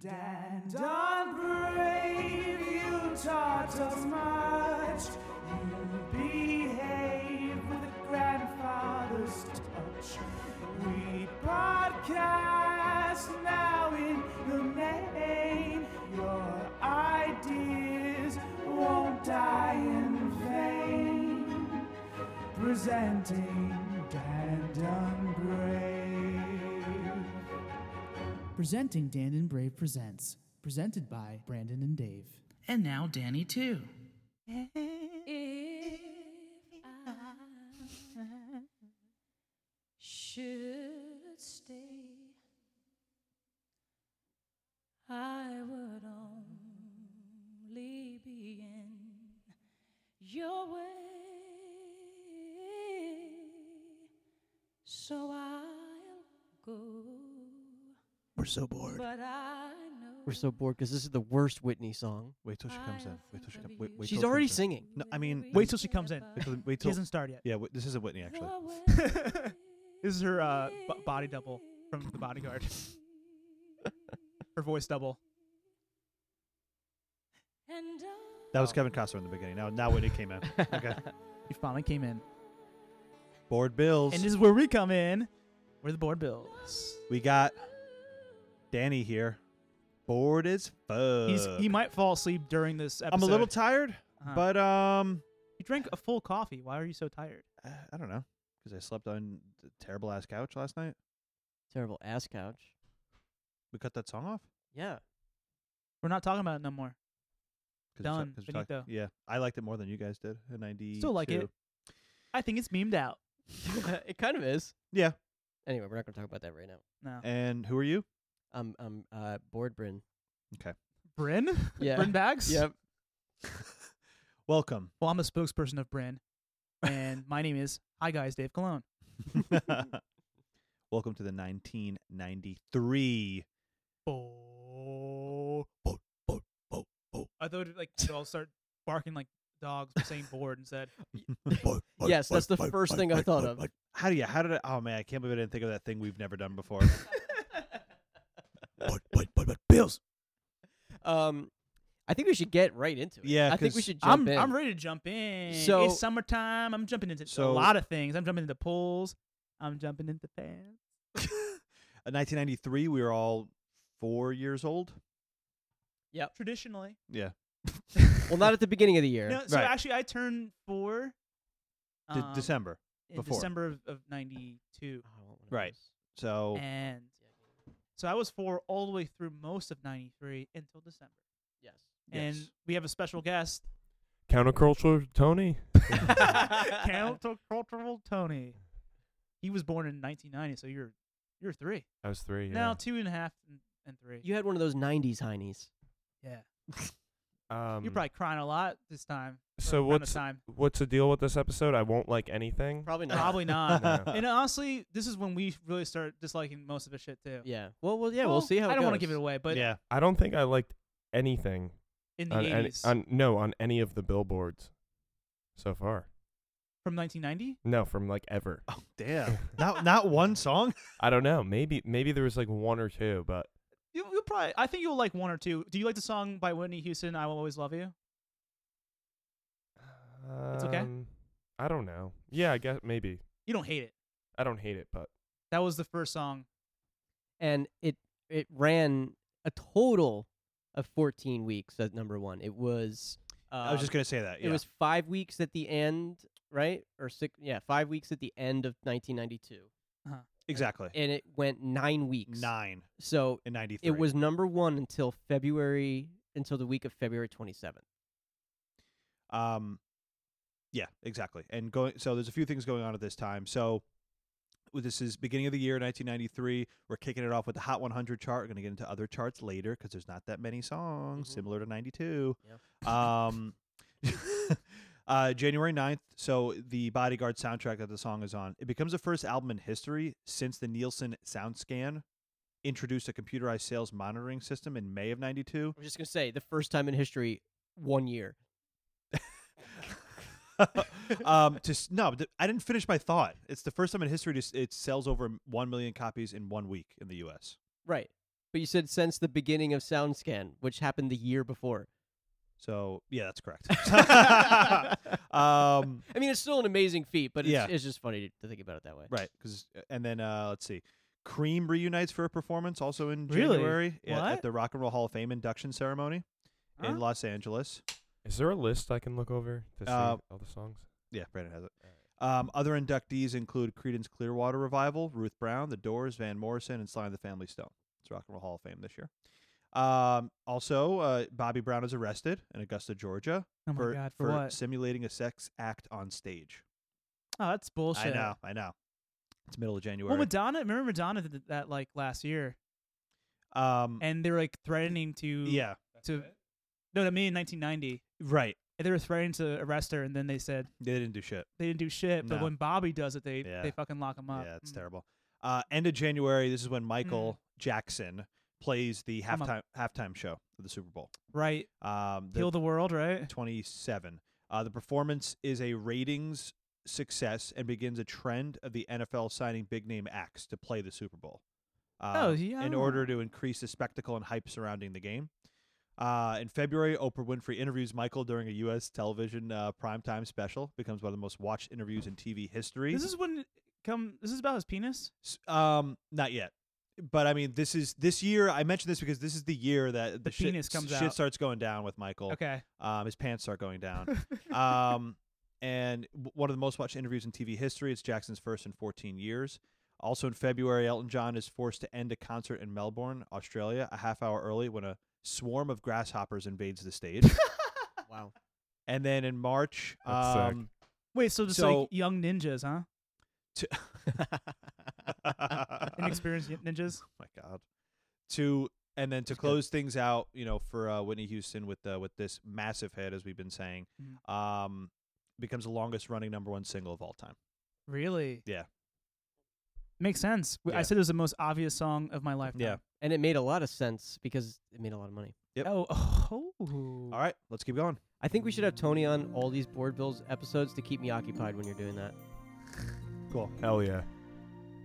Stand unbrave, you taught us much. You behave with a grandfather's touch. We podcast now in the main. Your ideas won't die in vain. Presenting Dan Unbrave. Presenting Dan and Brave Presents, presented by Brandon and Dave. And now Danny too. If I should stay, I would only be in your way. So I'll go, We're so bored. but I know We're so bored because this is the worst Whitney song. Wait till she comes in. Wait till she comes. Wait, wait She's till already she comes in. singing. No, I mean, Wait wait till till. she comes in. Wait till. Wait She till hasn't started yet. yeah, wait, this isn't Whitney actually. your way. This is her uh, b- body double from The Bodyguard. her voice double. And I That was Kevin Costner in the beginning. Now, now Whitney came in. Okay. You finally came in. bored bills. And this is where we come in. We're the board bills. we got Danny here. Bored as fuck. He's, he might fall asleep during this episode. Uh, I'm a little tired, Uh-huh. but um, You drank a full coffee. Why are you so tired? uh, I don't know because I slept on the terrible ass couch last night. Terrible ass couch. We cut that song off. Yeah. We're not talking about it no more. 'Cause we Done. talked- 'cause we talked- Finito. yeah, I liked it more than you guys did in '92. Still like it. I think it's memed out. it kind of is. Yeah. Anyway, we're not going to talk about that right now. No. And who are you? Um, um, uh, bored Bryn. Bryn? Yeah. Bryn Bags? Yep. Welcome. Well, I'm a spokesperson of Bryn. And my name is Hi Guys Dave Cologne. Welcome to the 1993. Bo- bo- bo- bo- bo. I thought it, like they all start barking like dogs but saying bored instead. Yes, that's the first thing I thought of. How do you? How did I? Oh man, I can't believe I didn't think of that thing we've never done before. Um, I think we should get right into it. Yeah, I think we 'cause should jump I'm in. I'm ready to jump in. So- it's summertime. I'm jumping into a So- lot of things. I'm jumping into pools. I'm jumping into fans. In 1993, we were all four years old. Traditionally. Yeah. well, not at the beginning of the year. Oh, No, so Right. actually I turned four De- um, December. in before. December of, of ninety two. Oh, I want one of Right. those. So And so I was four all the way through most of ninety three until December. Yes. And we have a special guest, Counterculture Tony. Countercultural Tony. He was born in 1990, so you're you're three. I was three. Yeah. Now two and a half and, and three. You had one of those '90s heinies. yeah, um, you're probably crying a lot this time. So around what's- the time? What's the deal with this episode? I won't like anything. Probably not. Probably not. No. and honestly, this is when we really start disliking most of the shit too. Yeah. Well, well, yeah. We'll, see how. I don't want want to give it away, but yeah, I don't think I liked anything in the on, any, 80s, on no on any of the billboards so far. from 1990, No, from like ever. Oh, damn. not not one song. I don't know. Maybe maybe there was like one or two, but you, you'll probably. I think you'll like one or two. Do you like the song by Whitney Houston? I will always love you. okay. um, I don't know. Yeah, I guess maybe. You don't hate it. I don't hate it, but That was the first song. And it it ran a total of 14 weeks at number one. It was. Uh, I was just gonna say that. It was five weeks at the end, right? Or six? Yeah, five weeks at the end of 1992, exactly and it went nine weeks. nine So in '93. it was number one until February, until the week of February 27th. Um, yeah, exactly. And going so there's a few things going on at this time. So well, this is beginning of the year 1993. We're kicking it off with the Hot 100 chart. We're going to get into other charts later because there's not that many songs Mhm. similar to 92. Um, uh, January 9th. So the Bodyguard soundtrack that the song is on. It becomes the first album in history since the Nielsen SoundScan introduced a computerized sales monitoring system in May of 92. I'm just gonna say the first time in history, one year. um, to s- no, th- I didn't finish my thought. It's the first time in history to, s- it sells over m- one million copies in one week in the U.S. Right. But you said since the beginning of SoundScan, which happened the year before. So yeah, that's correct. I um, mean, it's still an amazing feat, but it's, Yeah. it's just funny to think about it that way. right, because and then uh, let's see. Cream reunites for a performance also in Really? January at, at What? the Rock and Roll Hall of Fame induction ceremony in Huh? Los Angeles. Is there a list I can look over to see Uh, all the songs? Yeah, Brandon has it. Um, other inductees include Creedence Clearwater Revival, Ruth Brown, The Doors, Van Morrison, and Sly and the Family Stone. It's Rock and Roll Hall of Fame this year. Um, also, uh, Bobby Brown is arrested in Augusta, Georgia, Oh my for, god, for, what? simulating a sex act on stage. Oh, that's bullshit. I know, I know. It's middle of January. Well, Madonna, remember Madonna did that like last year, um, and they were like threatening to yeah, to no, I mean in 1990, right. and they were threatening to arrest her, and then they said They didn't do shit. they didn't do shit. But No. when Bobby does it, they Yeah. they fucking lock him up. Yeah, it's Mm. terrible. Uh, end of January, this is when Michael Jackson plays the I'm a- halftime halftime show of the Super Bowl. Right, Um, the heal the world, right? 27. Uh, the performance is a ratings success and begins a trend of the NFL signing big name acts to play the Super Bowl. Oh, um, In yeah. order to increase the spectacle and hype surrounding the game. Uh, in February, Oprah Winfrey interviews Michael during a U.S. television uh, primetime special. Becomes one of the most watched interviews in TV history. This is when it come. This is about his penis. S- um, not yet, but I mean, this is this year. I mentioned this because this is the year that the, shit, penis comes shit out. starts going down with Michael. Okay, Um, his pants start going down. um, and w- one of the most watched interviews in TV history. It's Jackson's first in 14 years. Also in February, Elton John is forced to end a concert in Melbourne, Australia, a half hour early when a swarm of grasshoppers invades the stage. Wow. and then in March, That's sick. um, wait, so just So- like young ninjas, huh? oh Inexperienced ninjas. my god, to and then to That's good. close things out, you know, for uh, Whitney Houston with uh, with this massive hit, as we've been saying, Mhm. um, becomes the longest running number one single of all time. Really? Yeah. Makes sense. W- Yeah. I said it was the most obvious song of my lifetime. Yeah. And it made a lot of sense because it made a lot of money. Yep. Oh, oh. All right, let's keep going. I think we should have Tony on all these board bills episodes to keep me occupied when you're doing that. Cool. Hell yeah.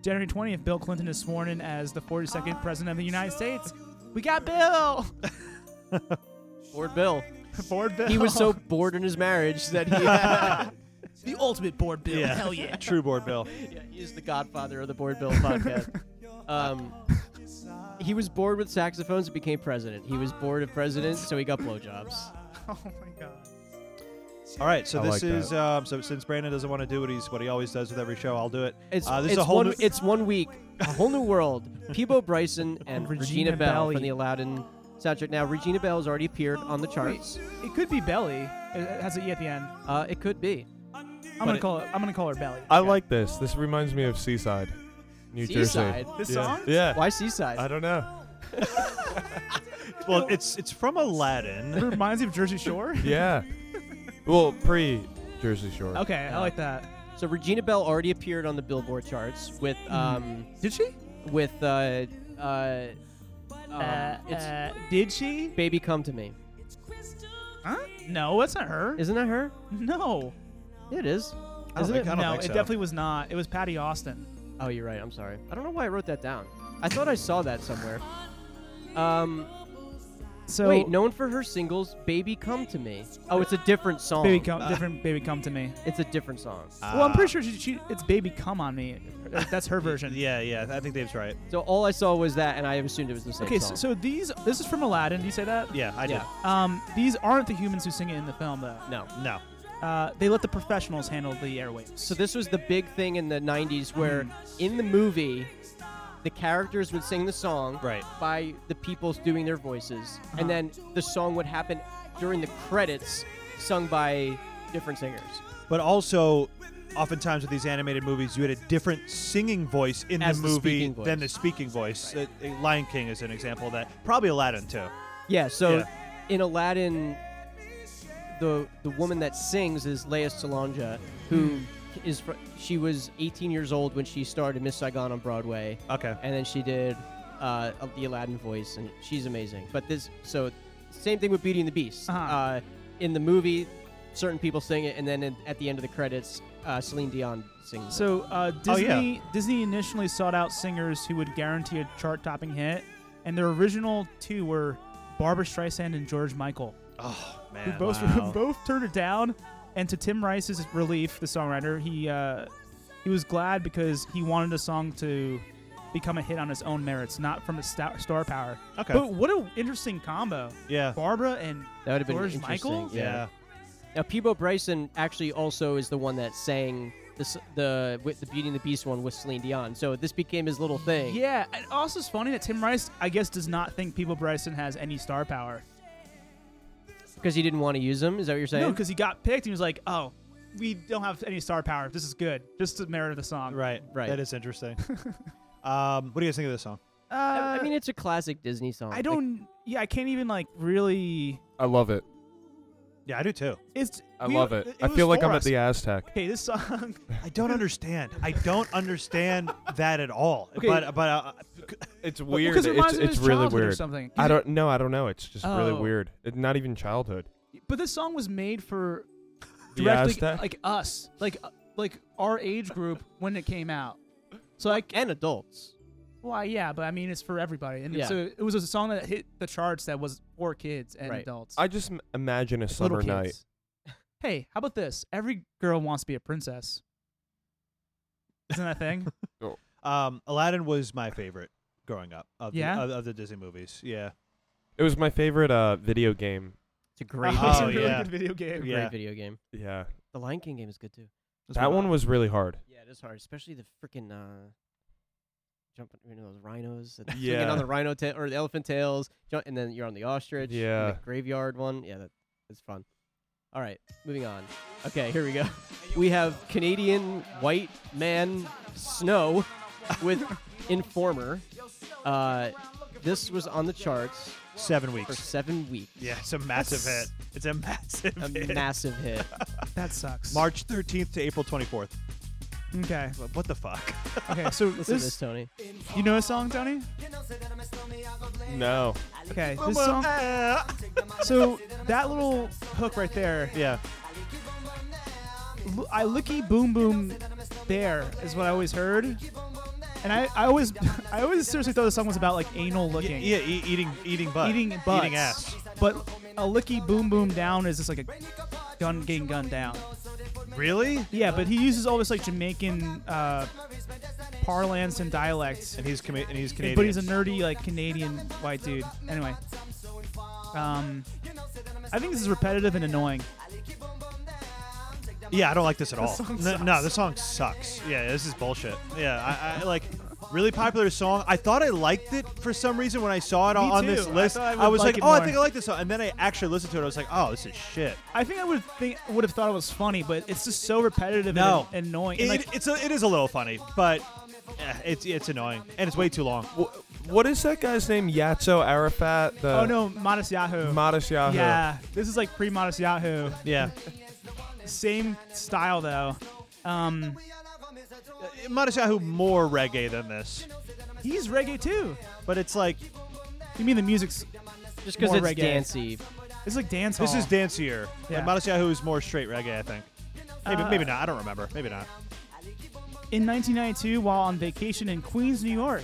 January 20th, Bill Clinton is sworn in as the 42nd President of the United States. We got Bill! Board bill. Bored Bill. He was so bored in his marriage that he, the ultimate bored Bill. Yeah. Hell yeah. True board bill. yeah, he is the godfather of the board bill podcast. Um, he was bored with saxophones and became president. He was bored of presidents, so he got blowjobs. Oh my god. All right, so I this like is um, so since Brandon doesn't want to do what he's what he always does with every show, I'll do it. It's, Uh, this is it's a whole one, new- it's one week, a whole new world. Peebo Bryson and Regina, Regina Bell Bell. from the Aladdin soundtrack. Now, Regina Bell has already appeared on the charts. It could be Belly. It it has an E at the end. Uh, it could be. I'm gonna call it. I'm gonna call her Belly. Uh, I like this. This reminds me of Seaside, New Seaside. Jersey. this yeah. song. Yeah. Why I Seaside? don't know. Well, it's it's from It Aladdin. reminds me of Jersey Shore. Yeah. well, pre Jersey Shore. Okay, I like that. So Regina Bell already appeared on the Billboard charts with Hmm. um Did she? with uh uh, um, Uh, it's did she? Baby Come to Me. Huh? No, that's not her. Isn't that her? no, Yeah, it is. I don't Isn't think- it? I don't no, think it so. definitely was not. It was Patty Austin. Oh, you're right. I'm sorry. I don't know why I wrote that down. I thought I saw that somewhere. Um, So wait, known for her singles "Baby Come to Me." Oh, it's a different song. Baby Uh, come, different baby come to me. It's a different song. well, I'm Ah. pretty sure she, she it's baby come on me. That's her version. Yeah, yeah, I think Dave's right. So all I saw was that, and I assumed it was the same Okay, so, song. so these this is from Aladdin. Do you say that? Yeah, I yeah, Um, these aren't the humans who sing it in the film though. no. did. No, Uh, they let the professionals handle the airwaves. So this was the big thing in the '90s, where in the movie, the characters would sing the song right. by the people doing their voices, Uh-huh. and then the song would happen during the credits, sung by different singers. But also, oftentimes with these animated movies, you had a different singing voice in As the the movie speaking voice. than the speaking voice. Uh, uh, Lion King is an example of that. Probably Aladdin too. Yeah. So Yeah. in Aladdin, the the woman that sings is Leia Salonja, who Hmm. is fr- she was 18 years old when she started Miss Saigon on Broadway, Okay. and then she did uh, the Aladdin voice, and she's amazing. But this so same thing with Beauty and the Beast. Uh-huh. Uh, in the movie, certain people sing it, and then in, at the end of the credits, uh, Celine Dion sings. it. So uh, Oh, yeah. Disney Disney initially sought out singers who would guarantee a chart-topping hit, and their original two were Barbara Streisand and George Michael, Oh who man, both Wow. both turned it down. And to Tim Rice's relief, the songwriter, he uh, he was glad because he wanted a song to become a hit on his own merits, not from his star, star power. okay, But what an interesting combo, yeah, Barbara and That would have been George interesting. Michael? Yeah. yeah, Now Peebo Bryson actually also is the one that sang the s- the with the Beauty and the Beast one with Celine Dion. So this became his little thing. Yeah, and also it's funny that Tim Rice, I guess, does not think People Bryson has any star power. Because he didn't want to use him. Is that what you're saying? No, because he got picked and he was like, oh, we don't have any star power. This is good. Just the merit of the song. right, Right. That is interesting. um, what do you guys think of this song? Uh, I, I mean, it's a classic Disney song. I don't. yeah, I can't even like really. I love it. Yeah, I do too. It's. I we- love it. I was feel like for I'm at us. the Aztec. Okay, this song. I don't understand. I don't understand that at all. Okay. But but uh, It's weird. weird. Because it it's reminds him of it's his really childhood weird. or something. I don't no, I don't know. It's just really Oh. weird. It, not even childhood. But this song was made for The directly Aztec? like us, like uh, like our age group when it came out. So I and adults. Why? Yeah, but I mean, it's for everybody, and Yeah. so it was a song that hit the charts that was for kids and Right. adults. I just m- imagine a little summer night. kids. Hey, how about this? Every girl wants to be a princess. Isn't that a thing? um, Aladdin was my favorite growing up of Yeah? the, of, of the Disney movies. Yeah, It was my favorite uh video game. It's a great, Oh, it's a video really game. yeah. good video game. great yeah. video game. Yeah. The Lion King game is good too. That's That what- one was really hard. Yeah, it is hard, especially the freaking uh, jumping you know those rhinos and Yeah. swinging on the rhino tail or the elephant tails, jump, and then you're on the ostrich. and Yeah. the graveyard one. Yeah, that, that's fun. All right, moving on. Okay, here we go. We have Canadian white man Snow with Informer. Uh, this was on the charts seven for weeks. seven weeks. Yeah, it's a massive hit. It's a massive A hit. massive hit. That sucks. March 13th to April 24th. Okay. What- What the fuck? Okay. So Listen to this, this, Tony. you know a song, Tony? No. Okay. This song. uh, So that little hook right there, yeah. l- I licky boom boom. There is what I always heard, and I, I always I always seriously thought the song was about like anal Y- looking. Yeah, e- eating eating butt. eating butts. Eating ass. But a licky boom boom down is just like a gun getting gunned down. Really? Yeah, but he uses all this like Jamaican uh, parlance and dialects. And he's com- and he's Canadian. But he's a nerdy like Canadian white dude. Anyway, um, I think this is repetitive and annoying. yeah, I don't like this at all. song no, no, this song sucks. Yeah, this is bullshit. Yeah, I, I like really popular song. I thought I liked it for some reason when I saw it Me on, on this too. I list. thought I would was like like, it oh, I more." think I like this song. And then I actually listened to it. I was like, oh, this is shit. I think I would think would have thought it was funny, but it's just so repetitive No, and an- annoying. It, And, like, it's a, it is a little funny, but eh, it's it's annoying and it's way too long. Wh- what is that guy's name? Yatso Arafat. The oh no, Modest Yahoo. Modest Yahoo. yeah, this is like pre Modest Yahoo. Yeah. Same style though. Um, Modest Yahoo more reggae than this, he's reggae too. but it's like You mean the music's Just because More it's reggae. dancey. it's like dance this is hall. dancier. Yeah. And Modest Yahoo is more straight reggae, I think. Maybe, Uh, maybe not. I don't remember. Maybe not. in 1992 while on vacation in Queens, New York.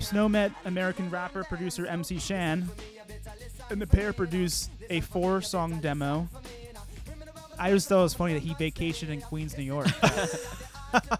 Snow met American rapper producer MC Shan, and the pair produced a four-song demo. I just thought it was funny that he vacationed in Queens, New York.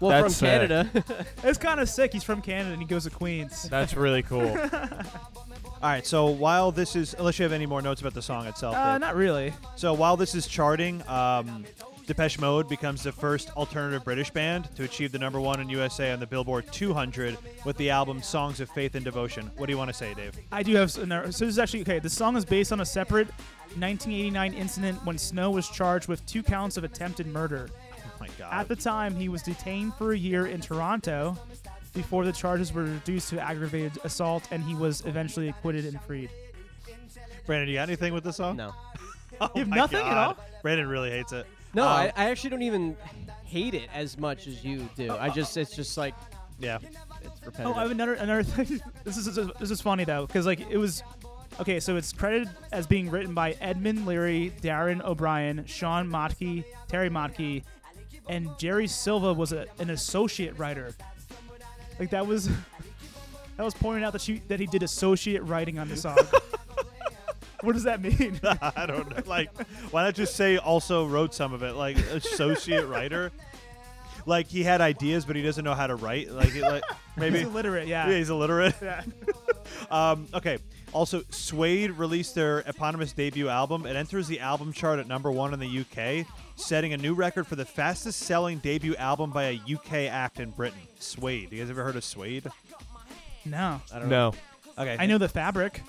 Well, That's from sad. Canada. it's kind of sick. He's from Canada and he goes to Queens. That's really cool. All right. So while this is, unless you have any more notes about the song itself, Uh, Dave. not really. so while this is charting, um, Depeche Mode becomes the first alternative British band to achieve the number one in USA on the Billboard 200 with the album "Songs of Faith and Devotion." What do you want to say, Dave? I do have. s- another- So this is actually okay. The song is based on a separate 1989 incident when Snow was charged with two counts of attempted murder. Oh my God. At the time, he was detained for a year in Toronto before the charges were reduced to aggravated assault, and he was eventually acquitted and freed. Brandon, you got anything with this song? no. Oh You have my nothing at God. all? Brandon really hates it. No, Um, I, I actually don't even hate it as much as you do. I just it's just like Yeah. it's Oh, repetitive. I have another another thing. this is this is funny though, because like it was. Okay, so it's credited as being written by Edmund Leary, Darren O'Brien, Sean Motke, Terry Motke, and Jerry Silva was a, an associate writer. Like that was That was pointing out that she that he did associate writing on the song. what does that mean? I don't know. Like, why not just say also wrote some of it? Like associate writer. Like he had ideas, but he doesn't know how to write. Like, it, like maybe He's illiterate, yeah. yeah, he's illiterate. Yeah. Um, okay. Also, Suede released their eponymous debut album. It enters the album chart at number one in the UK, setting a new record for the fastest selling debut album by a UK act in Britain. Suede. You guys ever heard of Suede? No. I don't No. Okay. I know the fabric.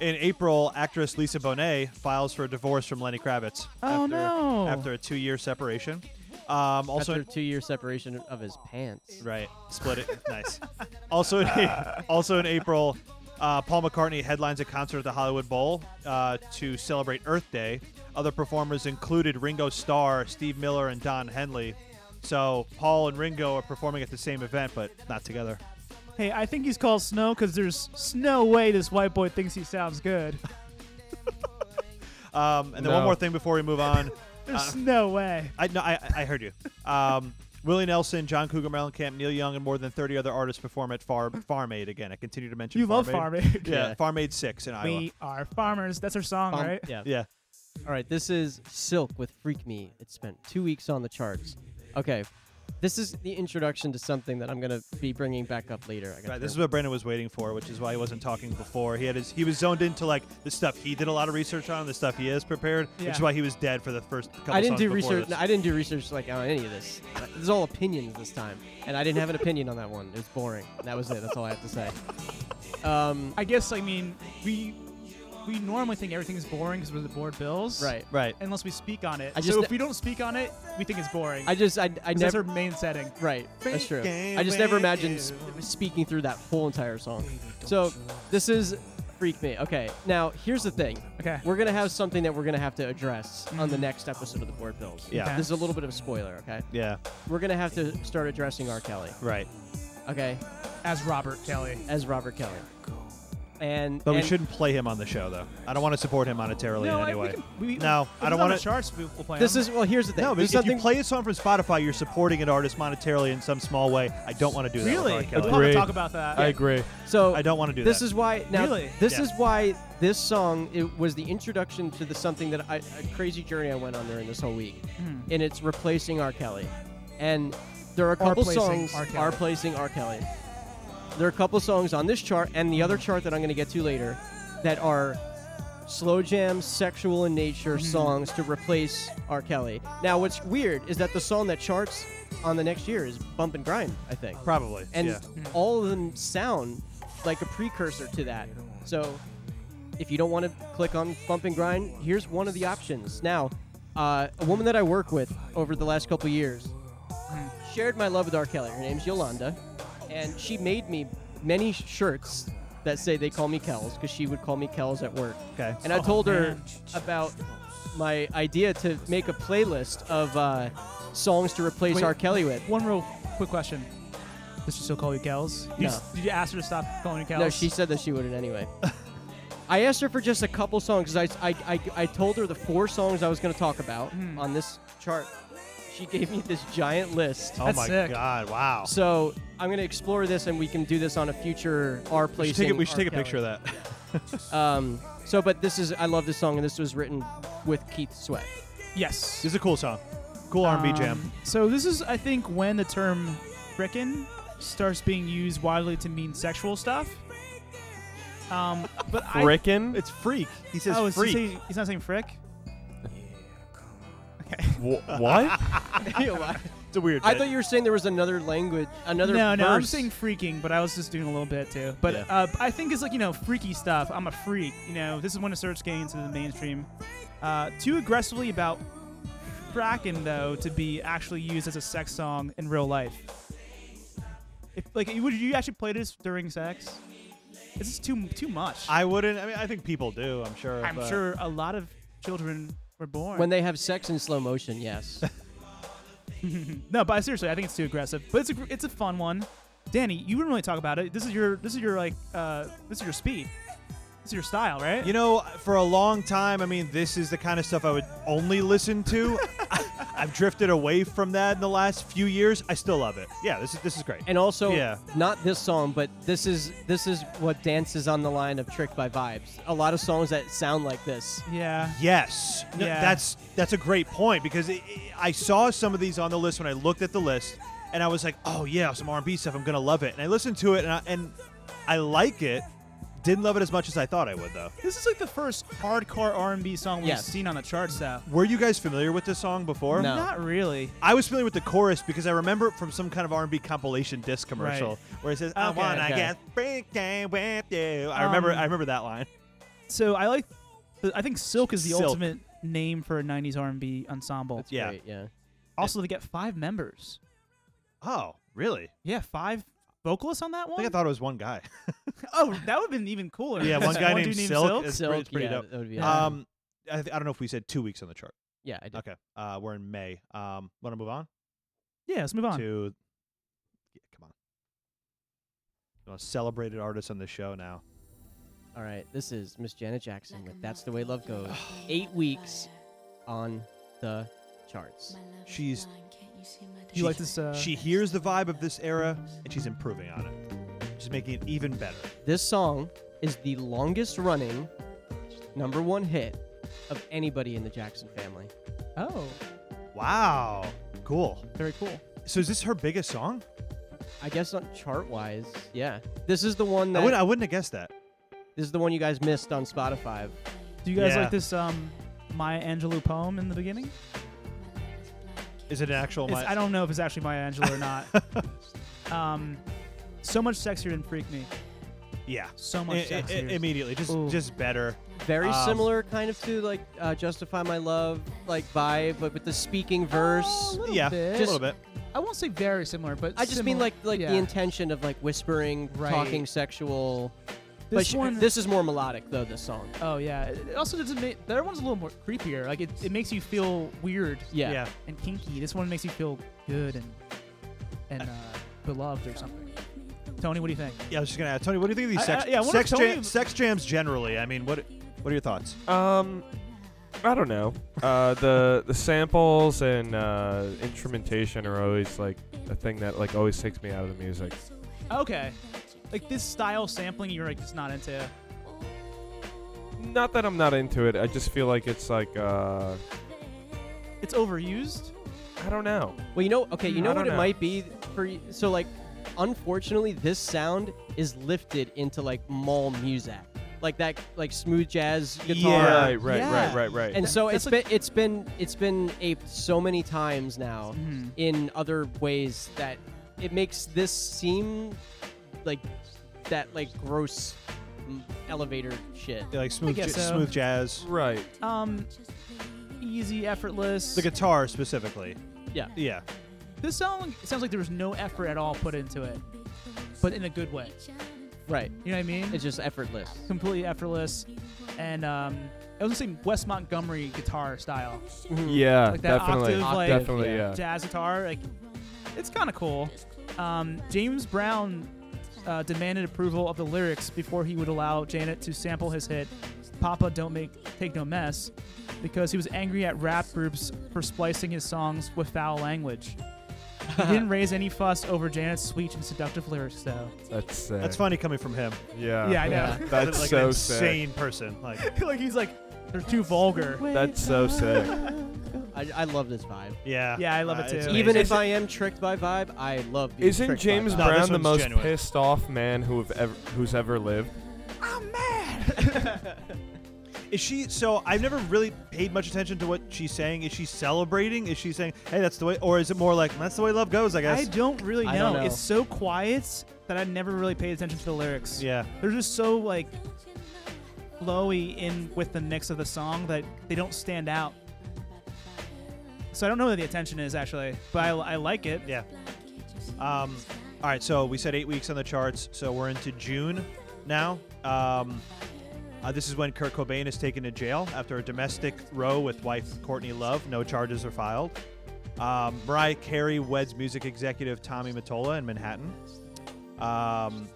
In April, actress Lisa Bonet files for a divorce from Lenny Kravitz. Oh, after, no. After a two-year separation. Um, also, After two year separation of his pants. right, split it. nice. Also, in, also in April, uh, Paul McCartney headlines a concert at the Hollywood Bowl uh, to celebrate Earth Day. Other performers included Ringo Starr, Steve Miller, and Don Henley. So Paul and Ringo are performing at the same event, but not together. Hey, I think he's called Snow because there's s- no way this white boy thinks he sounds good. Um, and then one No. more thing before we move on. Uh, There's no way. I no, I, I heard you. Um, Willie Nelson, John Cougar Mellencamp, Neil Young, and more than 30 other artists perform at Far Farm Aid again. I continue to mention You Farm love Aid. Farm Aid. Yeah, Yeah. Farm Aid 6 in Iowa. We are farmers. That's our song, Bum- right? Yeah. Yeah. All right, this is Silk with Freak Me. It spent two weeks on the charts. Okay, this is the introduction to something that I'm going to be bringing back up later. I gotta Right, this is turn- what Brandon was waiting for, which is why he wasn't talking before. He had his he was zoned into like the stuff he did a lot of research on, the stuff he is prepared, which is Yeah. why he was dead for the first couple I didn't songs do before research. this. I didn't do research like on any of this. This is all opinions this time, and I didn't have an opinion on that one. It was boring. That was it. That's all I have to say. Um, I guess I mean we we normally think everything's boring because we're the bored bills, right. right. Unless we speak on it. I so just- if we don't speak on it, we think it's boring. I just I I 'Cause that's never our main setting. Right, that's true. I just never imagined sp- speaking through that whole entire song. So this is freak me. Okay, now here's the thing. Okay. We're gonna have something that we're gonna have to address on the next episode of the Board Bills. Mm-hmm. Yeah. Okay. This is a little bit of a spoiler. Okay. Yeah. We're gonna have to start addressing R. Kelly. Right. Okay, As Robert Kelly. as Robert Kelly. And But we and- shouldn't play him on the show though. I don't want to support him monetarily no, I, in any we way. can, we, no, if I it's don't on want the charts. We, we'll play. This them. is well. Here's the thing. No, but There's if something you play a song from Spotify, you're supporting an artist monetarily in some small way. I don't want to do that. with really. R. We'll Kelly. have to Agreed. talk about that. I agree. so I don't want to do this that. is why now Really? this Yeah. is why this song it was the introduction to the something that I a crazy journey I went on during this whole week, Hmm. and it's replacing R. Kelly, and there are a couple placing songs R. Kelly. are placing R. Kelly. There are a couple songs on this chart and the other chart that I'm going to get to later that are slow jam, sexual in nature Hmm. songs to replace R. Kelly. Now, what's weird is that the song that charts on the next year is Bump and Grind, I think probably. and yeah. all of them sound like a precursor to that. So, if you don't want to click on bump and grind, here's one of the options. Now, uh, a woman that I work with over the last couple years shared my love with R. Kelly. Her name's Yolanda, and she made me many shirts that say they call me Kells because she would call me Kells at work. Okay. And I told her about my idea to make a playlist of uh, songs to replace Wait. R. Kelly with. One real quick question. Does she still call you Kels? Did, No. you, did you ask her to stop calling you Kels? No, she said that she wouldn't anyway. I asked her for just a couple songs because I, I, I, I told her the four songs I was going to talk about Hmm. on this chart. She gave me this giant list. oh That's my sick. god! Wow. So I'm going to explore this and we can do this on a future R we should placing. take, a, we should R. take a Kelly. picture of that. Um, so, but this is, I love this song and this was written with Keith Sweat. Yes. This is a cool song. Cool R&B jam. Um, So this is, I think, when the term "frickin" starts being used widely to mean sexual stuff. Um, but I Frickin'? It's freak. He says oh, is he freak. saying- he's not saying frick. Wh- what? I it's a weird. bit. thought you were saying there was another language, another no, no, I'm verse. saying freaking, but I was just doing a little bit too. But Yeah. uh, I think it's like you know freaky stuff. I'm a freak. You know, this is when the search getting into the mainstream. Uh, too aggressively about fracking though to be actually used as a sex song in real life. If, like, would you actually play this during sex? This is too too much. I uh, wouldn't. I mean, I think people do. I'm sure. I'm but- sure a lot of children were born. When they have sex in slow motion, yes. no, but seriously, I think it's too aggressive. But it's a gr- it's a fun one. Danny, you wouldn't really talk about it. This is your this is your like uh this is your speed. This is your style, right? You know, for a long time, I mean, this is the kind of stuff I would only listen to. I, I've drifted away from that in the last few years. I still love it. Yeah, this is this is great. And also, Yeah. not this song, but this is this is what dances on the line of "Trick by Vibes." A lot of songs that sound like this. Yeah. Yes, No, Yeah. that's that's a great point because it, it- I saw some of these on the list when I looked at the list, and I was like, oh yeah, some R and B stuff. I'm gonna love it. And I listened to it, and I, and I like it. Didn't love it as much as I thought I would though. This is like the first hardcore R&B song we've Yes. seen on the charts, though. Were you guys familiar with this song before? No. Not really. I was familiar with the chorus because I remember it from some kind of R&B compilation disc commercial where it says, "I Okay. wanna Okay. get freaking with you." I remember, Um, I remember that line. So I like. I think Silk is the Silk. ultimate name for a '90s R&B ensemble. That's Yeah. great, yeah. also, they get five members. Oh, really? Yeah, five vocalists on that I one. think I thought it was one guy. oh, that would have been even cooler. Yeah, one Just guy named dude Silk It's pretty- Silk, it's pretty yeah, dope. that would be. Yeah. awesome. Um, I, th- I don't know if we said two weeks on the chart. yeah, I did. Okay, uh, we're in May. Um, want to move on, Yeah, let's move on. to? Yeah, come on. The most celebrated artist on the show now. All right, this is Miss Janet Jackson with "That's the Way Love Goes." Eight weeks on the charts. She's You like this? Uh, she hears the vibe of this era and she's improving on it. She's making it even better. This song is the longest running number one hit of anybody in the Jackson family. Oh, Wow, cool. very cool. So is this her biggest song? I guess on chart wise, yeah. This is the one I that wouldn't, I wouldn't have guessed that. this is the one you guys missed on Spotify. Do you guys Yeah. like this um, Maya Angelou poem in the beginning? Is it an actual? It's- My, I don't know if it's actually Maya Angelou or not. um, so much sexier than Freak Me. yeah. So I- much I- I- sexier. immediately, just Ooh. just better. Very Um, similar, kind of to like uh, "Justify My Love" like vibe, but with the speaking verse. Oh, little Yeah, bit. a little bit. I won't say very similar, but I just mean similar- like like yeah. the intention of like whispering, Right. talking sexual. but This sh- one- this is more melodic though. This song. Oh yeah. It it also doesn't make the other one's a little more creepier. Like it, it makes you feel weird Yeah. Yeah. and kinky. This one makes you feel good and and uh, beloved or something. Tony, what do you think? Yeah, I was just gonna ask Tony. What do you think of these I- sex, I- yeah, I wonder if sex, Tony- jam, sex jams generally? I mean, what what are your thoughts? Um, I don't know. Uh, the the samples and uh, instrumentation are always like a thing that like always takes me out of the music. Okay. Like this style sampling, you're like just not into. Not that I'm not into it. I just feel like it's like uh, It's overused. I don't know. Well, you know, okay, you Hmm, I know don't what it know. might be for. y- So like, unfortunately, this sound is lifted into like mall music, like that like smooth jazz guitar. Yeah. Right, right, Yeah. right, right, right. And so That's it's been it's been it's been aped so many times now in other ways that it makes this seem like that like gross mm, elevator shit. Yeah, like smooth, guess j- so. smooth jazz. right. Um, easy, effortless. The guitar specifically. Yeah. Yeah. this song it sounds like there was no effort at all put into it, but in a good way. Right. You know what I mean? It's just effortless. completely effortless, and um, I was gonna say West Montgomery guitar style, Yeah, like that definitely, octave, like definitely, yeah. yeah. jazz guitar. Like, it's kind of cool. Um, James Brown uh, demanded approval of the lyrics before he would allow Janet to sample his hit "Papa Don't Make Take No Mess" because he was angry at rap groups for splicing his songs with foul language. He didn't raise any fuss over Janet's sweet and seductive lyrics, though. That's sick. That's funny coming from him. Yeah, Yeah, I know. Yeah. That's like an so sick. insane person. Like like he's like, they're too vulgar. That's so sick. I, I love this vibe. yeah. Uh, Yeah, I love it it's too. amazing. Even if I am tricked by vibe, I love. being Isn't tricked by James vibe. No, this Brown the one's most genuine. pissed off man who have ever who's ever lived? is she so I've never really paid much attention to what she's saying. Is she celebrating? Is she saying, "Hey, that's the way," or is it more like "That's the way love goes"? I guess. I don't really know. I don't know. It's so quiet that I never really paid attention to the lyrics. yeah. They're just so like flowy in with the mix of the song that they don't stand out. So I don't know where the attention is actually, but I, I like it. Yeah. Um, all right, so we said eight weeks on the charts, so we're into June now. Um, uh, this is when Kurt Cobain is taken to jail after a domestic row with wife Courtney Love. No charges are filed. Um, Mariah Carey weds music executive Tommy Mottola in Manhattan. Um,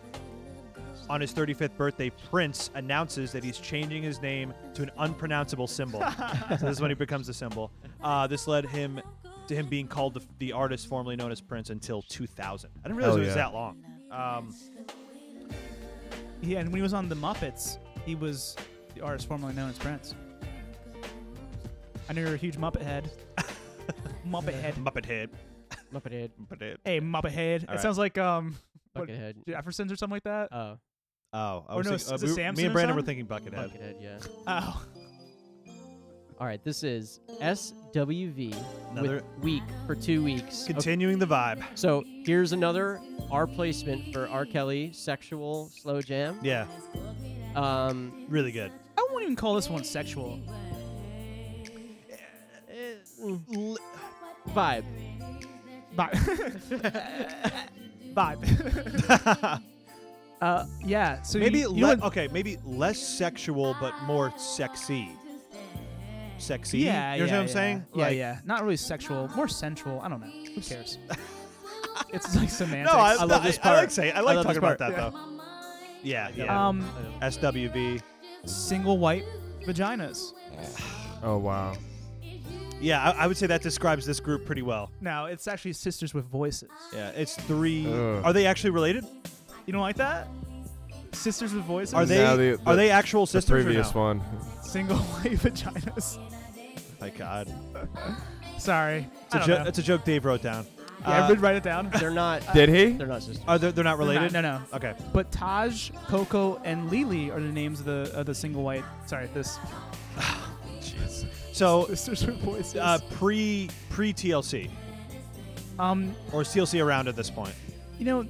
on his 35th birthday, Prince announces that he's changing his name to an unpronounceable symbol. so this is when he becomes a symbol. Uh, this led him to him being called the, the artist formerly known as Prince until 2000. I didn't realize Hell it was yeah. that long. Um, Yeah, and when he was on The Muppets, he was the artist formerly known as Prince. I know you're a huge Muppet head. Muppet head. Muppet Head. Muppet head. Muppet Head. Hey, Muppet head. it All right. Uh, sounds like um What- Bucket head. Jeffersons or something like that. Oh, Oh, I Or was no, thinking, is it we- Samson me or and Brandon were something? thinking Bucket Head. bucket head. Yeah. oh, All right. This is SWV Another- with week for two weeks. Okay, Continuing the vibe. so here's another R placement for R. Kelly sexual slow jam. Yeah, Um, really good. I won't even call this one sexual. L- vibe. Bye. Vibe. uh, yeah. So maybe you, you know le- what- okay, maybe less sexual but more sexy. Sexy. Yeah, you know yeah, what I'm yeah. saying? Yeah, Like- yeah. Not really sexual, more sensual. I don't know. Who cares? it's like semantics. No, I, I love no, this I, I like part. say I I like love talking this about part. that though. Yeah, yeah. um, SWV. single white vaginas. Oh wow. Yeah, I, I would say that describes this group pretty well. No, it's actually sisters with voices. Yeah, it's three. Ugh. Are they actually related? You don't like that? Sisters with voices. Are they Now the- are the- they actual The sisters? previous or no? one. single white vaginas? My God, Sorry, it's a, jo- it's a joke Dave wrote down. Uh, Yeah, everybody write it down. They're not. Did he? Uh, They're not sisters. Are they, they're not related? No, no. Okay. But Taj, Coco, and Lily are the names of the of the single white. Sorry, this Oh, So sisters with voices. uh, pre pre TLC um, or is TLC around at this point. you know,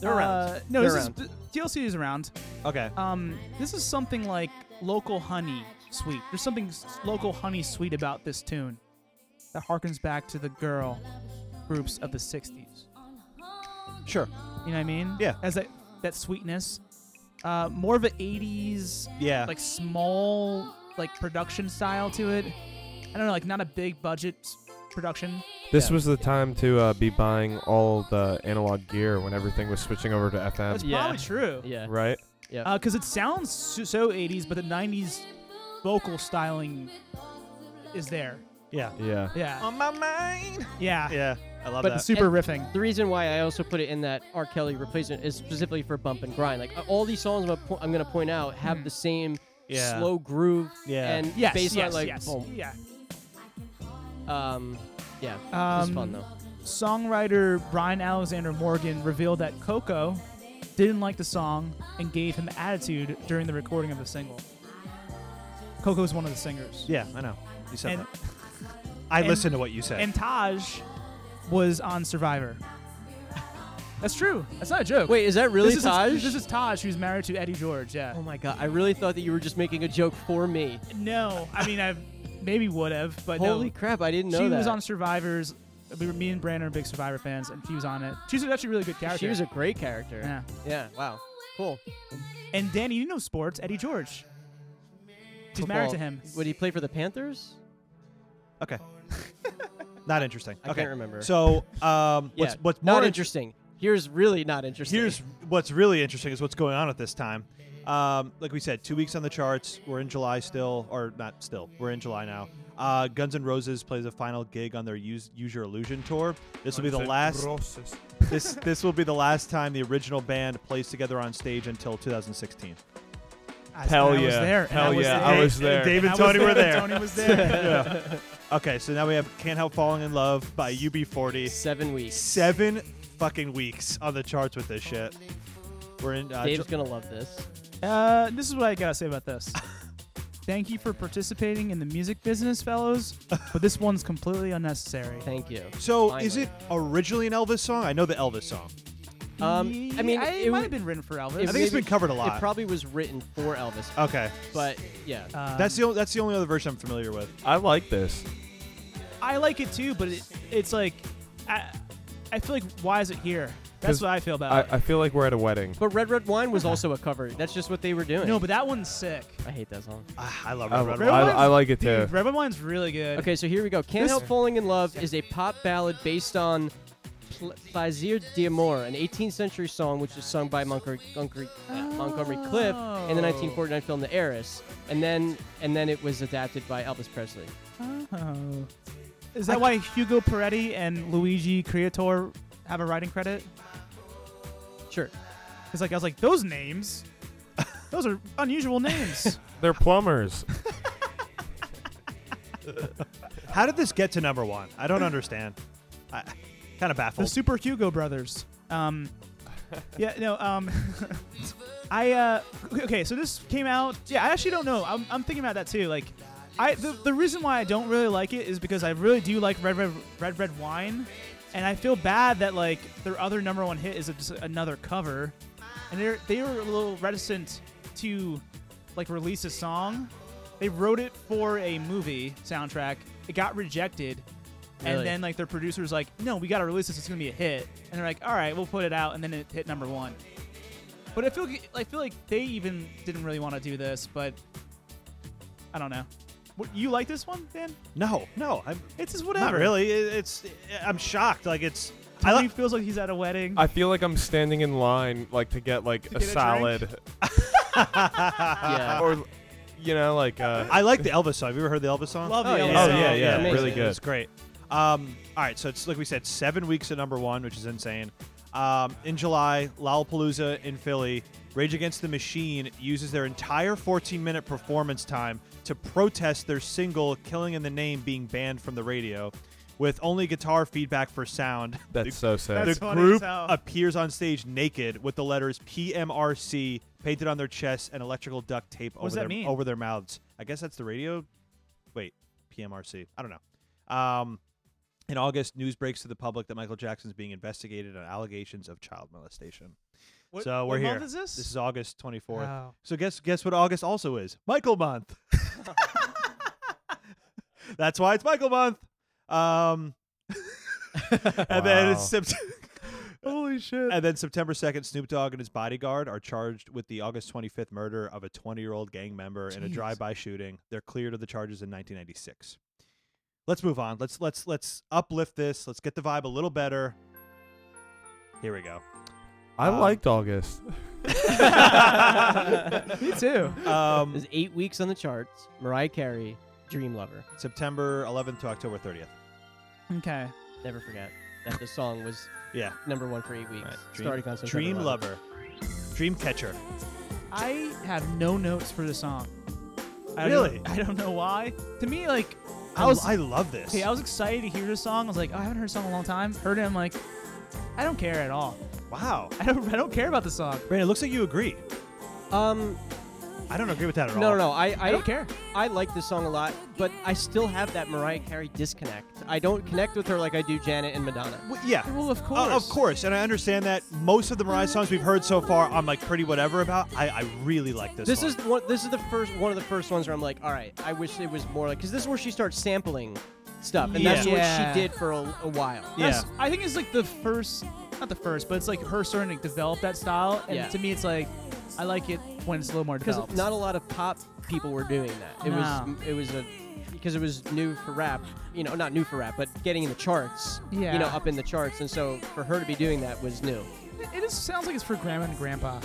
They're uh, around. No, They're this around. is TLC is around. Okay. Um, this is something like local honey sweet. There's something s- local honey sweet about this tune that harkens back to the girl groups of the '60s. Sure. You know what I mean? Yeah. Has that that sweetness, uh, more of an '80s Yeah. like small like production style to it. I don't know, like not a big budget s- production. This was the time to uh, be buying all the analog gear when everything was switching over to FM, That's Yeah. probably true. Yeah. right? Yeah. Because it sounds so, so 80s, but the 90s vocal styling is there. yeah. Yeah. Yeah. On my mind. yeah. Yeah, I love But The that. super riffing. the reason why I also put it in that R. Kelly replacement is specifically for bump and grind. Like uh, all these songs I'm gonna, po- I'm gonna point out have the same Hmm. Yeah. slow groove Yeah. and Yes. bass line. yes. Like, yes. boom. Yeah. Um, yeah, this Um, is fun though. Songwriter Brian Alexander Morgan revealed that Coco didn't like the song and gave him attitude during the recording of the single. Coco is one of the singers. yeah, I know. You said And- that. I and- listened to what you said. and Taj was on Survivor. That's true. That's not a joke. Wait, is that really this is Taj? this is Taj, who's married to Eddie George. Yeah. oh my god, I really thought that you were just making a joke for me. No, I mean I maybe would have, but Holy no. crap, I didn't know she that. was on Survivors. We were me and Brandon are big Survivor fans, and she was on it. She's actually a really good character. she was a great character. yeah. Yeah, wow, cool. And Danny, you know sports, Eddie George. She's married to Football. him. Would he play for the Panthers? okay. not interesting. I okay. can't remember. So, um, Yeah, what's what's more not in- interesting? Here's really not interesting. Here's what's really interesting is what's going on at this time. Um, like we said, two weeks on the charts. We're in July still, or not still. We're in July now. Uh, Guns N' Roses plays a final gig on their Use, Use Your Illusion tour. This will be the last. this this will be the last time the original band plays together on stage until 2016. I, Hell I was yeah. there. and Hell I was yeah, There. I was there. Dave and I was Tony were there. there. Tony was there. Okay, so now we have Can't Help Falling in Love by UB40. seven weeks. Seven fucking weeks on the charts with this shit. We're in. Uh, Dave's Ju- gonna love this. Uh, this is what I gotta say about this. Thank you for participating in the music business, fellows, but this one's completely unnecessary. Thank you. so is Finally. it originally an Elvis song? I know the Elvis song. Um, I mean, I- it it might would- have been written for Elvis. it I think it's maybe- been covered a lot. It probably was written for Elvis, okay, but yeah. Um, that's the only, that's the only other version I'm familiar with. I like this. I like it too, but it, it's like, I, I feel like why is it here? That's 'Cause what I feel about I, it. I feel like we're at a wedding. But Red Red Wine was also a cover. That's just what they were doing. no, but that one's sick. I hate that song. Ah, I love I, Red I, Red Red Wine. Wine's- I like it too. Dude, Red Red Wine's really good. Okay, so here we go. Can't This- Help Falling in Love is a pop ballad based on Pl- Plaisir d'Amour, an 18th century song which is sung by Montgomery, Montgomery, uh, Montgomery Cliff in Oh. the 1949 film The Heiress, and then and then it was adapted by Elvis Presley. Oh. Is that why Hugo Peretti and Luigi Creator have a writing credit? Sure. Because like I was like, those names, those are unusual names. They're plumbers. How did this get to number one? I don't understand. I kind of the baffled. Super Hugo Brothers. Um, yeah, no. Um, I uh, okay. So this came out. Yeah, I actually don't know. I'm, I'm thinking about that too. Like, I the, the reason why I don't really like it is because I really do like red red red red wine, and I feel bad that like their other number one hit is just another cover, and they're they were a little reticent to like release a song. They wrote it for a movie soundtrack. It got rejected. Really? And then like their producers like, no, we gotta release this. It's gonna be a hit. And they're like, all right, we'll put it out. And then it hit number one. But I feel like, I feel like they even didn't really want to do this. But I don't know. What, you like this one, Dan? no, no, I'm It's just whatever. not really. It, it's eh, I'm shocked. Like it's. I Tony like. feels like he's at a wedding. I feel like I'm standing in line like to get like a get a salad Yeah. or you know like uh I like the Elvis song. Have you ever heard the Elvis song? Love Oh, the yeah. Elvis Oh song. Yeah, yeah, yeah, amazing. really good. It's great. Um, all right, so it's like we said, seven weeks at number one, which is insane. Um, in July, Lollapalooza in Philly, Rage Against the Machine uses their entire 14-minute performance time to protest their single "Killing in the Name" being banned from the radio, with only guitar feedback for sound. That's so sad. That's the funny as group hell. appears on stage naked with the letters PMRC painted on their chests and electrical duct tape over does that their mean? over their mouths. I guess that's the radio. Wait, PMRC. I don't know. Um, in August, news breaks to the public that Michael Jackson is being investigated on allegations of child molestation. What- so we're what here. month is this? This is August 24th. Wow. So guess guess what August also is? Michael month. That's why it's Michael month. Um, and then it's Sept- Holy shit. And then September 2nd, Snoop Dogg and his bodyguard are charged with the August 25th murder of a 20-year-old gang member in a Jeez. drive-by shooting. They're cleared of the charges in 1996. Let's move on. Let's let's let's uplift this. Let's get the vibe a little better. Here we go. I um, liked August. Me too. Um, There's eight weeks on the charts. Mariah Carey, Dream Lover. September 11th to October 30th. Okay. Never forget that the song was Yeah. number one for eight weeks. Dream, starting on September Dream 11th. Lover. Dream Catcher. I have no notes for the song. I don't- Really? I don't know why. To me, like I, I was I love this. Okay, I was excited to hear this song. I was like, oh, I haven't heard this song in a long time. Heard it, I'm like, I don't care at all. wow. I don't, I don't care about the song. Brandon, it looks like you agree. Um, I don't agree with that at all. no, no, no. I, I, I don't care. I like this song a lot, but I still have that Mariah Carey disconnect. I don't connect with her like I do Janet and Madonna. W- yeah. Well, of course. Uh, of course, and I understand that most of the Mariah songs we've heard so far, I'm like pretty whatever about. I, I really like this. This one. is the one, this is the first one of the first ones where I'm like, all right, I wish it was more like because this is where she starts sampling stuff, and that's Yeah. what she did for a, a while. That's- I think it's like the first, not the first, but it's like her starting to develop that style. And Yeah. to me, it's like, I like it when it's a little more because developed. not a lot of pop people were doing that. It No. was it was a because it was new for rap, you know, not new for rap, but getting in the charts, Yeah. you know, up in the charts, and so for her to be doing that was new. it just sounds like it's for grandma and grandpa.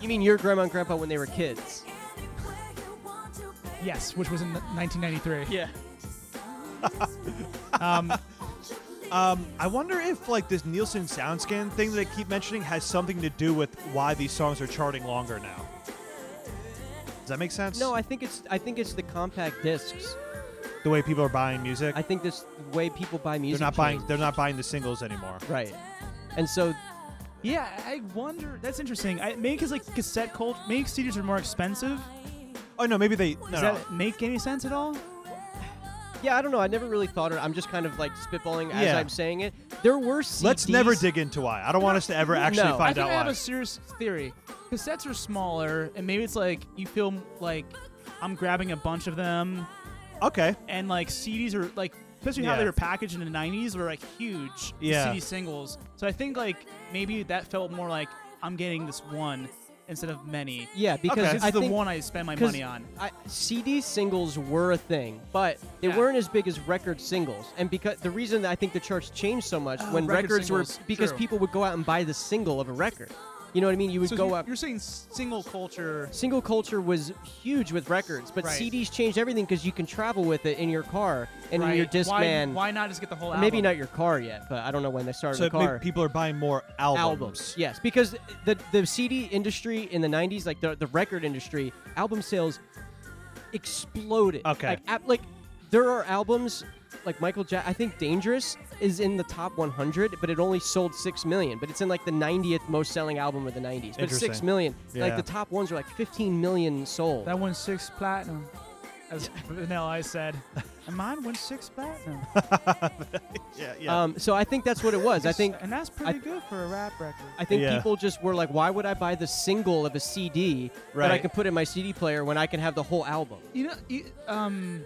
You mean your grandma and grandpa when they were kids? Yes, which was in 1993. Yeah. Um, Um, I wonder if like this Nielsen SoundScan thing that they keep mentioning has something to do with why these songs are charting longer now. Does that make sense? No, I think it's I think it's the compact discs. the way people are buying music, I think this the way people buy they're music. not buying. changed. They're not buying the singles anymore. right, and so yeah, I wonder. That's interesting. I, maybe because like cassette culture, maybe CDs are more expensive. Oh no, maybe they. No, Does no. that make any sense at all? Yeah, I don't know. I never really thought of it. I'm just kind of like spitballing as Yeah. I'm saying it. There were CDs. Let's never dig into why. I don't want us to ever actually No. I find think out I have why. a serious theory. Cassettes are smaller, and maybe it's like you feel like I'm grabbing a bunch of them, okay. and like CDs are like, especially how Yeah. they were packaged in the '90s, were like huge the Yeah. CD singles. So I think like maybe that felt more like I'm getting this one instead of many. Yeah, because Okay. This I is the think one I spend my 'cause money on. I, CD singles were a thing, but they Yeah. weren't as big as record singles. And because the reason that I think the charts changed so much Oh, when record records singles. were because True. people would go out and buy the single of a record. You know what I mean? You would so go you're, up. You're saying single culture. Single culture was huge with records, but Right. CDs changed everything because you can travel with it in your car and in your right? Why- Discman. Why, not just get the whole album? Maybe not your car yet, but I don't know when they started So the it may- car. people are buying more albums. Yes, because the the CD industry in the '90s, like the the record industry, album sales exploded. Okay. Like, ap- like there are albums like Michael Jack. I think Dangerous is in the top 100, but it only sold six million. But it's in like the 90th most selling album of the '90s. But it's six Interesting. million. Like Yeah. the top ones are like 15 million sold. That won six platinum, as Vanilla Ice said. And mine won six platinum. Yeah, yeah. um, so I think that's what it was. I think and that's pretty good for a rap record. I think Yeah. people just were like, why would I buy the single of a CD that I Right. can put in my CD player when I can have the whole album? You know, you, um,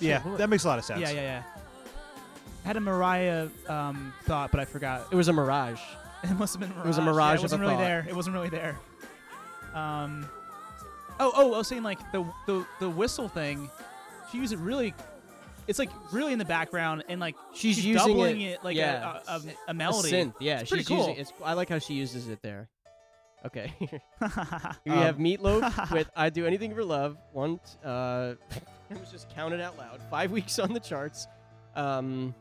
yeah, that makes a lot of sense. yeah, yeah, yeah. I had a Mariah um, thought, but I forgot. It was a mirage. It must have been a mirage. It was a Yeah, mirage of it wasn't a really thought. there. It wasn't really there. Um, oh, oh, I was saying like the the the whistle thing. She used it really. It's like really in the background, and like She's she's using doubling it- it, like a- yeah. a, a, a A melody. synth, yeah. It's pretty she's using cool. it's I like how she uses it there. Okay. Here you Um, have Meatloaf with I Do Anything for Love. One t- uh it was just counted out loud. Five weeks on the charts. Um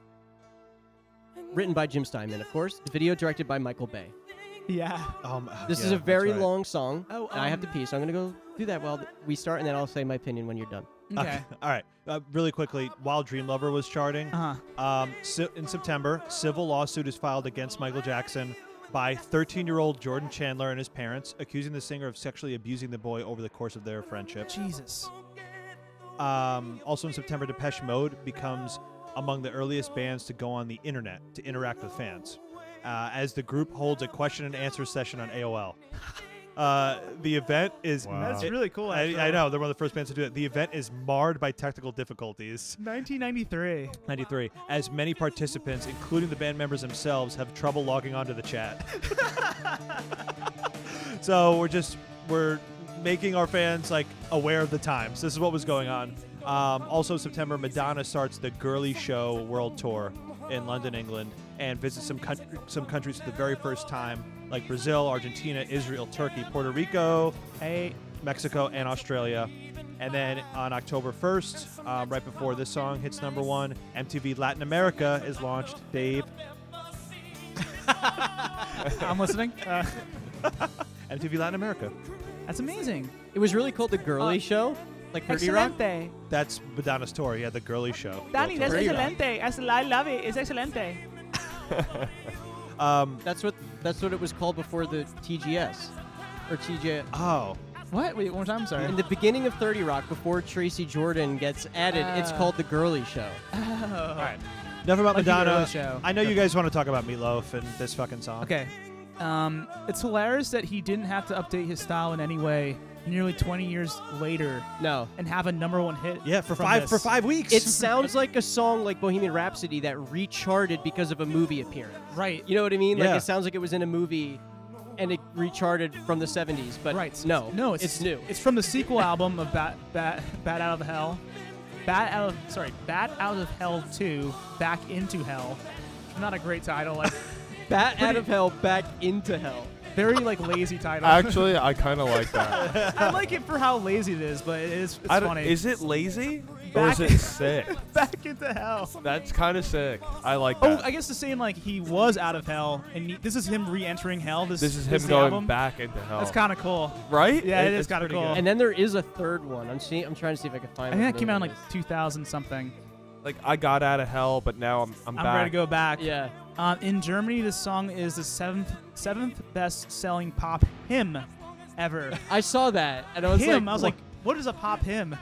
written by Jim Steinman, of course. The video directed by Michael Bay. yeah. Um, uh, This yeah, is a that's very right. long song. Oh, and I have to um, pee, so I'm gonna go do that while th- we start and then I'll say my opinion when you're done. Okay. All right. Uh, really quickly, while Dream Lover was charting, Uh huh. um, si- in September, civil lawsuit is filed against Michael Jackson by 13-year-old Jordan Chandler and his parents, accusing the singer of sexually abusing the boy over the course of their friendship. Jesus. Um, also in September, Depeche Mode becomes among the earliest bands to go on the internet to interact with fans, uh, as the group holds a question and answer session on AOL. Uh, the event is Wow. That's really cool, I, actually. I know they're one of the first bands to do it. The event is marred by technical difficulties. 1993. 93, as many participants, including the band members themselves, have trouble logging onto the chat. so we're just we're making our fans like aware of the times. This is what was going on. Um, also, September, Madonna starts the Girly Show World Tour in London, England, and visits some country, some countries for the very first time, like Brazil, Argentina, Israel, Turkey, Puerto Rico, Hey. Mexico, and Australia. And then on October 1st, um, right before this song hits number one, MTV Latin America is launched. Dave, I'm listening. Uh, MTV Latin America. that's amazing. It was really called the Uh, Girly Show, like 30 Rock. Excelente. That's Madonna's tour. Yeah, the girly show. Danny, that's Pretty rough. excelente. That's- I love it. It's excelente. Um, That's what that's what it was called before the TGS or TJ. oh, What? Wait, one more time. I'm sorry. In the beginning of 30 Rock, before Tracy Jordan gets added, it's Ah. called the Girly Show. All right. enough about Like the Madonna. girly show. I know you guys want to talk about Meatloaf and this fucking song. Okay. Um, it's hilarious that he didn't have to update his style in any way nearly 20 years later No, and have a number one hit. Yeah, for from five this. for five weeks. it sounds like a song like Bohemian Rhapsody that recharted because of a movie appearance. Right. You know what I mean? Yeah. Like it sounds like it was in a movie, and it recharted from the 70s. But Right. no, No, it's, it's, new. It's from the sequel album of Bat, Bat, Bat Out of Hell. Bat out of sorry, Bat Out of Hell 2, Back into Hell. Not a great title, like Bat out of hell, back into hell. very like lazy title. Actually, I kind of like that. I like it for how lazy it is, but it is it's I don't- funny. Is it lazy or is Back- it sick? back into hell. That's kind of sick. I like Oh, that. I guess the same like he was out of hell, and he- this is him re-entering hell. This, this is him the going album. back into hell. That's kind of cool. right? Yeah, it it's is kind of pretty cool. good. And then there is a third one. I'm seeing. I'm trying to see if I can I find. think what that the came name out in of it like 2000 something. And like I got out of hell, but now I'm I'm, I'm back. ready to go back. is. Yeah. Um, in Germany, this song is the seventh seventh best-selling pop hymn ever. I saw that, and I was hymn. like, I was "Wha- like, what is a pop hymn?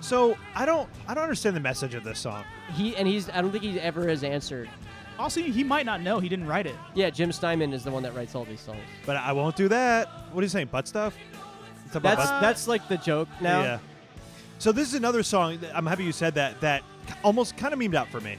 So I don't I don't understand the message of this song. he and he's. I don't think he ever has answered. Also, he might not know he didn't write it. Yeah, Jim Steinman is the one that writes all these songs. But I won't do that. What are you saying? Butt stuff. It's about That's butt- that's like the joke now. Yeah. So this is another song. that- I'm happy you said that. That almost kind of memed out for me.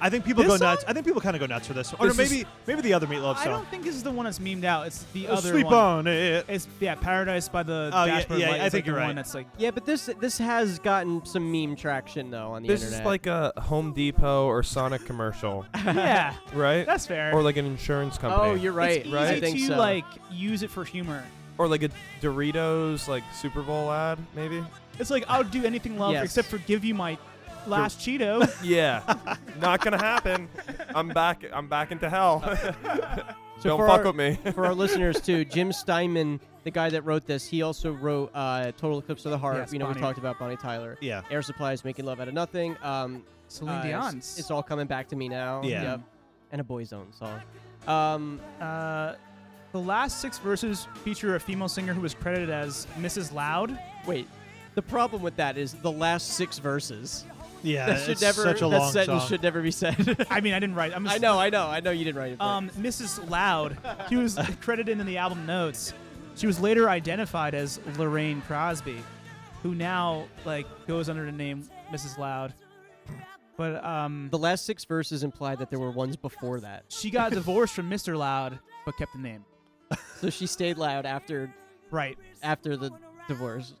I think people This go nuts. song? I think people kind of go nuts for this one. Or This is- maybe maybe the other Meatloaf I song. don't think this is the one that's memed out. It's the Oh, other Sleep one. on it. It's yeah, Paradise by the Oh, yeah, Dashboard yeah, Light. I is, think like, you're the right. One that's like Yeah, but this this has gotten some meme traction though on the This internet. is like a Home Depot or Sonic commercial, yeah, right? that's fair. or like an insurance company. oh, you're right. it's I easy think to so. like use it for humor. or like a Doritos like Super Bowl ad, maybe. It's like I'll do anything, love, Yes. except for give you my last Cheeto. Yeah, not gonna happen. I'm back. I'm back into hell. So Don't for fuck our- with me. for our listeners too, Jim Steinman, the guy that wrote this, he also wrote uh, "Total Eclipse of the Heart." Yes, you know, we Bonnie. talked about Bonnie Tyler. Yeah. Air Supply is making love out of nothing. Um, Celine uh, Dion's. it's, it's all coming back to me now. Yeah. Yep. And a boy's own song. Um, Uh, the last six verses feature a female singer who was credited as Mrs. Loud. wait. The problem with that is the last six verses. Yeah, that should Uh, it's never. such a that long sentence song. should never be said. I mean, I didn't write. I'm just, I know. I know. I know you didn't write it. but- Um, Mrs. Loud. She was credited in the album notes. She was later identified as Lorraine Crosby, who now like goes under the name Mrs. Loud. But um, the last six verses imply that there were ones before that, she got divorced from Mr. Loud, but kept the name. so she stayed loud after Right. after the divorce.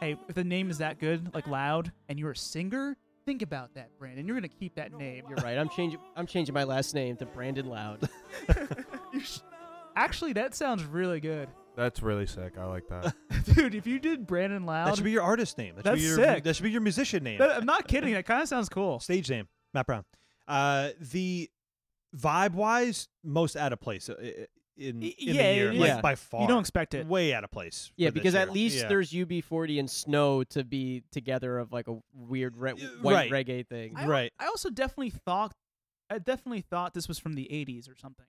Hey, if the name is that good, like Loud, and you're a singer, think about that, Brandon. You're gonna keep that name. You're right. I'm changing. I'm changing my last name to Brandon Loud. Actually, that sounds really good. That's really sick. I like that. Dude, if you did Brandon That Loud, should be your artist name. That should be That's your, sick. That should be your musician name. that- I'm not kidding. That kind of sounds cool. Stage name. Matt Brown. Uh, the vibe wise, most out of place uh, i- in, in Y- yeah, the year, it like is. by far. You don't expect it. way out of place. Yeah, for this because at year. least Yeah. there's UB40 and Snow to be together of like a weird re- Yeah, white right. reggae thing. I al- right. I also definitely thought, I definitely thought this was from the '80s or something.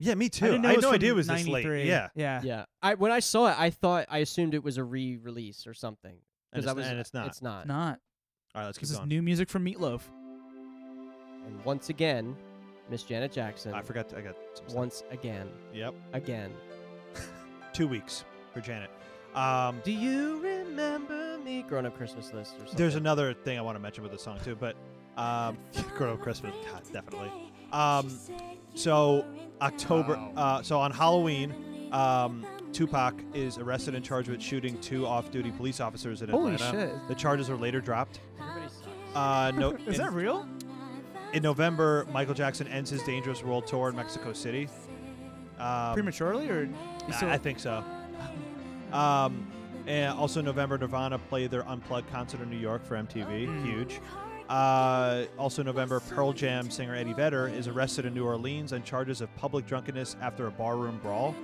Yeah, me too. I didn't know it had no was idea it from was this late. 93. Yeah, yeah. Yeah, I when I saw it, I thought I assumed it was a re-release or something and because it's, I was and it's not. It's not. Not. All right, let's This keep is going. new music from Meatloaf. And once again, Miss Janet Jackson. I forgot. I got some stuff. Once again, Yep, again. two weeks for Janet. Um, Do you remember me? Grown up Christmas list or something. There's another thing I want to mention with the song too, but um, Grown Up Christmas, God, definitely. Um, so October, uh, so on Halloween, um, Tupac is arrested and charged with shooting two off-duty police officers in Holy Atlanta. shit. The charges are later dropped. Everybody sucks. Uh, no, Is in, that real? in November, Michael Jackson ends his Dangerous World tour in Mexico City. Um, Prematurely or? I- I think so. Um, and also in November, Nirvana play their Unplugged concert in New York for MTV. Huge. Uh, also in November, Pearl Jam singer Eddie Vedder is arrested in New Orleans on charges of public drunkenness after a barroom brawl.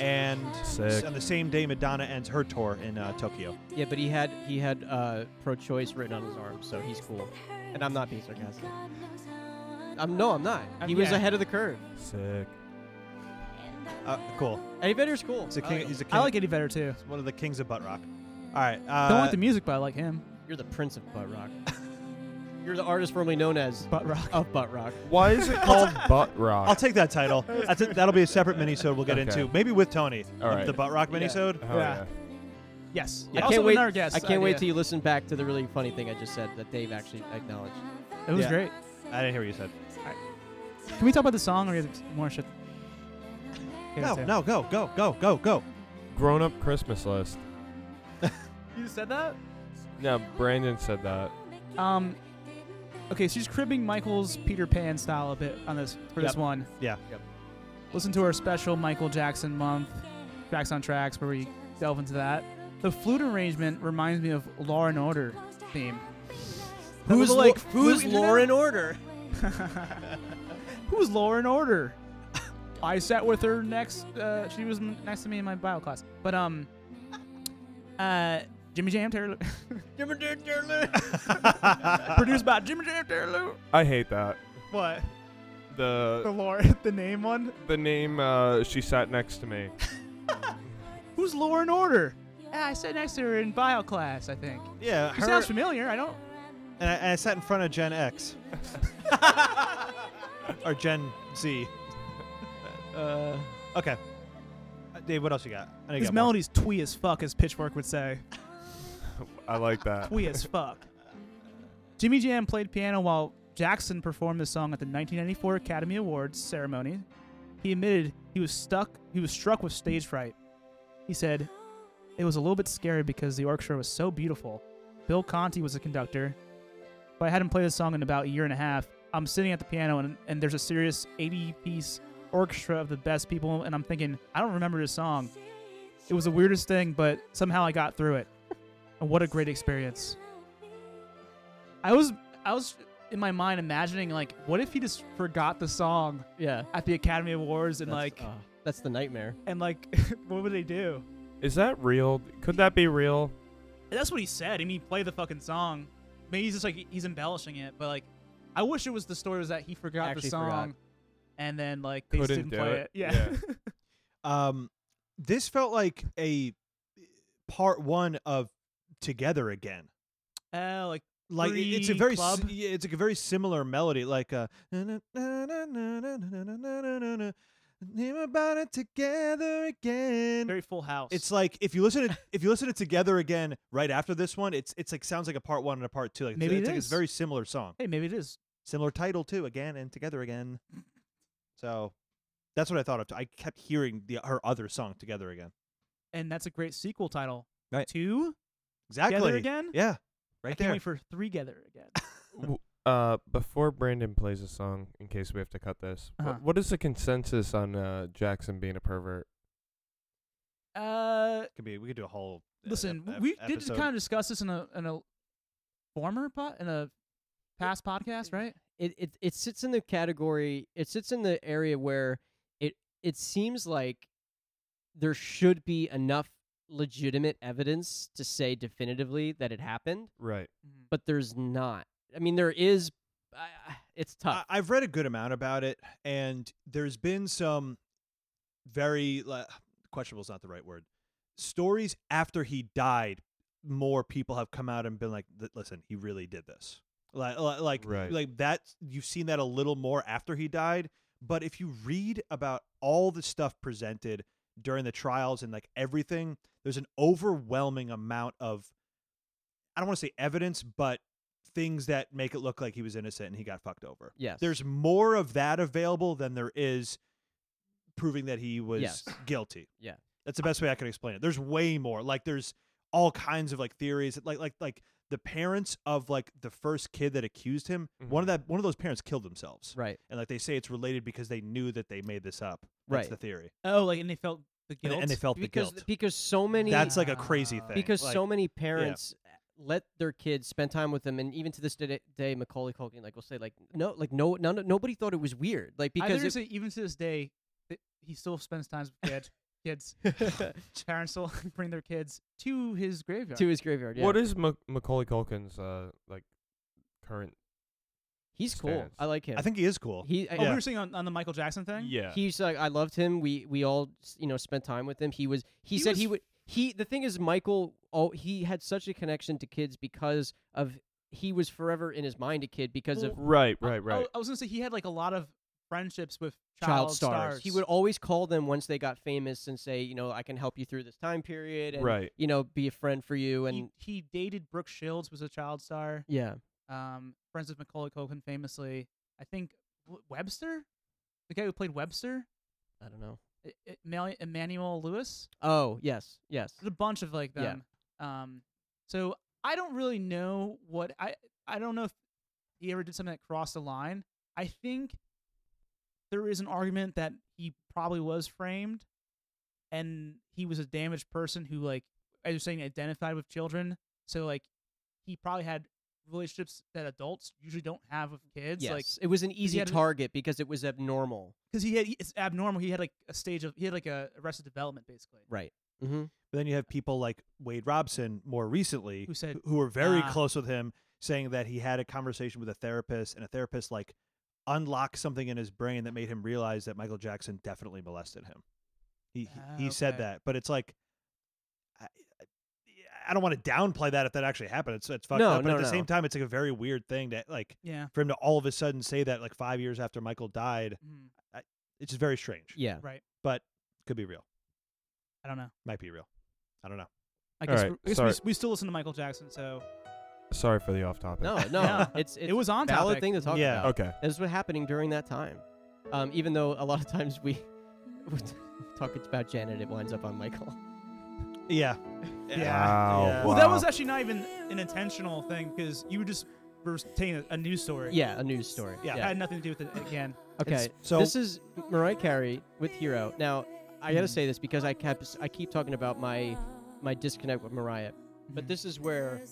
And Sick. on the same day, Madonna ends her tour in uh, Tokyo. Yeah, but he had he had uh, pro-choice written on his arm, so he's cool. And I'm not being sarcastic. I'm no, I'm not. Um, He was yeah. ahead of the curve. Sick. Uh, cool. Eddie Vedder's cool. Oh, He's I a king. like him. he's a king. I like Eddie Vedder too. he's one of the kings of butt rock. All right. Uh, Don't like the music, but I like him. You're the prince of butt rock. You're the artist formerly known as Butt rock. of butt rock. Why is it called butt rock? I'll take that title. That's it. that'll be a separate minisode we'll get Okay. into. Maybe with Tony. All right. The butt rock Yeah. minisode. Hell Yeah. yeah. Yes. I Also can't wait. another guest I can't wait idea. till you listen back to the really funny thing I just said that Dave actually acknowledged. It was Yeah. great. I didn't hear what you said. Can we talk about the song or is it more shit? Okay, No, that's it. no, go, go, go, go, go. Grown up Christmas list. You said that? No, Brandon said that. Um. Okay, she's cribbing Michael's Peter Pan style a bit on this for this Yep. one. Yeah. Yep. Listen to our special Michael Jackson month, tracks on tracks, where we delve into that. The flute arrangement reminds me of Law and Order theme. That Who's little, like flute who's in there? Lauren Order? Who's Law and Order? I sat with her next. Uh, she was m- next to me in my bio class. But um, uh, Jimmy Jam Taylor, produced by Jimmy Jam Taylor. I hate that. What? Oh. The Lauren, the name one. the name uh, she sat next to me. Who's Law and Order? Yeah, I sat next to her in bio class, I think. Yeah, She her, sounds familiar. I don't. and, I, and I sat in front of Gen X. or Gen Z. Uh, Okay. Uh, Dave, what else you got? I know you his got more. melody's twee as fuck, as Pitchfork would say. I like that. twee as fuck. Jimmy Jam played piano while Jackson performed this song at the 1994 Academy Awards ceremony. He admitted he was stuck. He was struck with stage fright. He said, "It was a little bit scary because the orchestra was so beautiful. Bill Conti was the conductor, but I had him play this song in about a year and a half. I'm sitting at the piano and, and there's a serious 80-piece orchestra of the best people, and I'm thinking, I don't remember this song. It was the weirdest thing, but somehow I got through it. And what a great experience. I was I was in my mind imagining like, what if he just forgot the song Yeah. at the Academy Awards and That's- like oh, that's the nightmare. and like what would they do? Is that real? Could that be real? And that's what he said. I mean, he played the fucking song. Maybe he's just like he's embellishing it, but like I wish it was the story was that he forgot the Actually song forgot. and then like they just Couldn't didn't do play it. it. Yeah. Um, this felt like a part one of Together Again. Uh, like Like it- it's a Free very, s- club? yeah, it's like a very similar melody. Like uh, Name about it together again. very full house. It's like if you listen to if you listen to Together Again right after this one, it's it's like sounds like a part one and a part two. Like it's- Maybe it's, it like is. a very similar song, hey, maybe it is. similar title too. Again and Together Again. So that's what I thought of. I kept hearing the her other song Together Again. And that's a great sequel title. Right. Two Exactly. together again. Yeah, I right can't there. wait for three together again. W- uh, before Brandon plays a song, in case we have to cut this, wh- Uh-huh. what is the consensus on uh, Jackson being a pervert? Uh, could be. We could do a whole. uh, listen, ep- ep- we did episode. kind of discuss this in a in a former pot in a past podcast, right? it, it it sits in the category it sits in the area where it it seems like there should be enough legitimate evidence to say definitively that it happened Right. but there's not i mean there is I I- it's I, Uh, tough I've read a good amount about it, and there's been some very like, questionable is not the right word. Stories after he died, more people have come out and been like, "Th- "Listen, he really did this." Like, li- like, Right. like that. You've seen that a little more after he died, but if you read about all the stuff presented during the trials and like everything, there's an overwhelming amount of, I don't want to say evidence, but things that make it look like he was innocent and he got fucked over. yes There's more of that available than there is proving that he was Yes. guilty. Yeah. That's the best way I can explain it. There's way more. Like there's all kinds of like theories. Like like like the parents of like the first kid that accused him, one of that one of those parents killed themselves. Mm-hmm. right And like they say it's related because they knew that they made this up. That's Right. the theory. Oh, like and they felt the And, guilt. and they felt because the guilt. because so many That's like a crazy thing. because Like, so many parents eh, let their kids spend time with them and even to this day, day Macaulay Culkin like will say like no like no none, nobody thought it was weird I like think because it- it's like even to this day, th- he still spends time with kid, kids. Parents still bring their kids to his graveyard. to his graveyard yeah. What is Ma- Macaulay Culkin's uh, like current? He's cool. stance. I like him. I think he is cool. he. I, oh, we were saying on, on the Michael Jackson thing. Yeah. He's like I loved him. We we all s- you know spent time with him. He was. He, He said was- he would. He the thing is Michael. Oh, he had such a connection to kids because of he was forever in his mind a kid because of right. I- Right. I, Right. I was gonna say he had like a lot of friendships with child child, stars. He would always call them once they got famous and say, you know, I can help you through this time period and Right. you know be a friend for you and he, he dated Brooke Shields, was a child star. yeah. um, friends with Macaulay Culkin famously. I think w- Webster, the guy who played Webster, I don't know. I- I- Mal- E-, Emmanuel Lewis. Oh yes, yes. There's a bunch of like Yeah. them. Um, so I don't really know what I. I don't know if he ever did something that crossed the line. I think there is an argument that he probably was framed, and he was a damaged person who, like, as you're saying, identified with children. So like, he probably had relationships that adults usually don't have with kids. yes. Like, it was an easy had an- target because it was abnormal. because he had it's abnormal. He had like a stage of he had like a arrested development basically. Right. Mm-hmm. But then you have people like Wade Robson more recently Who said, who were very "Ah." close with him saying that he had a conversation with a therapist and a therapist like unlocked something in his brain that made him realize that Michael Jackson definitely molested him. He he- Ah, he said okay. that, but it's like I, I don't want to downplay that if that actually happened. It's it's fucked No, up, but no, at the no. same time it's like a very weird thing that like Yeah. for him to all of a sudden say that like 5 years after Michael died, Mm, it's just very strange. Yeah. But could be real. I don't know. Might be real. I don't know. I All guess, right, we I guess we, sorry. s- we still listen to Michael Jackson, so Sorry for the off topic. No, no, Yeah. it's, it's it was on a valid topic. thing to talk Yeah. about. Okay. This is what happening during that time. Um, even though a lot of times we we talk about Janet, it winds up on Michael. Yeah. Wow. Yeah. Well, that was Wow. actually not even an intentional thing because you were just were taking a, a news story. Yeah, a news story. Yeah, had nothing to do with it again. Okay. so- So this is Mariah Carey with Hero. Now I Hmm. gotta say this because I kept I keep talking about my my disconnect with Mariah, but this is where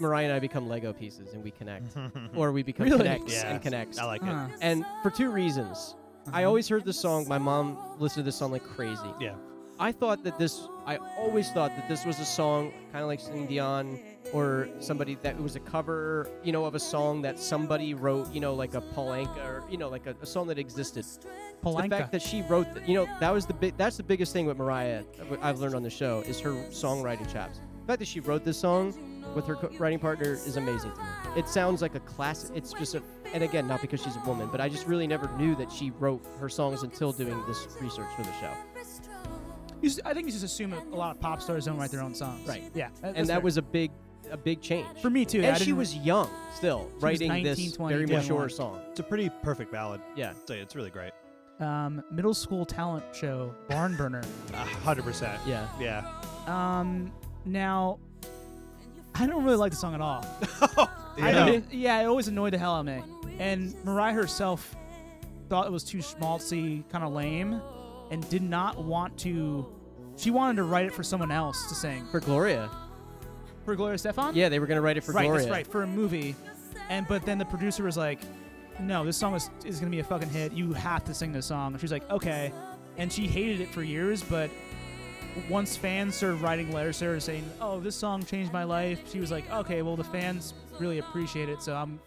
Mariah and I become Lego pieces and we connect, or we become connects Yeah. and connects. I like Uh-huh. it. Huh. and for two reasons. I always heard this song. My mom listened to this song like crazy. Yeah. I thought that this. I always thought that this was a song, kind of like Celine Dion or somebody that it was a cover, you know, of a song that somebody wrote, you know, like a Polanka or you know, like a, a song that existed. The fact that she wrote, th- you know, that was the big. That's the biggest thing with Mariah. uh, what I've learned on the show is her songwriting chops. The fact that she wrote this song with her co- writing partner is amazing to me. It sounds like a classic. It's just a, and again, not because she's a woman, but I just really never knew that she wrote her songs until doing this research for the show. You s- I think you just assume a lot of pop stars don't write their own songs. Right. Yeah. and that was a big, a big change for me too. I And she didn't- was young still, was writing 19, this 20, very 21. mature song. It's a pretty perfect ballad. Yeah. It's, it's really great. um, middle school talent show Barn Burner. A hundred percent. Yeah. Yeah. um, now, I don't really like the song at all. I Yeah. didn't- yeah, it always annoyed the hell out of me. And Mariah herself thought it was too schmaltzy, kind of lame, and did not want to. She wanted to write it for someone else to sing. For Gloria. For Gloria Stefan? Yeah, they were gonna write it for right, Gloria. that's right, for a movie. And but then the producer was like, "No, this song is, is gonna be a fucking hit. You have to sing this song." And she's like, "Okay," and she hated it for years. But once fans started writing letters to her saying, "Oh, this song changed my life," she was like, "Okay, well the fans really appreciate it, so I'm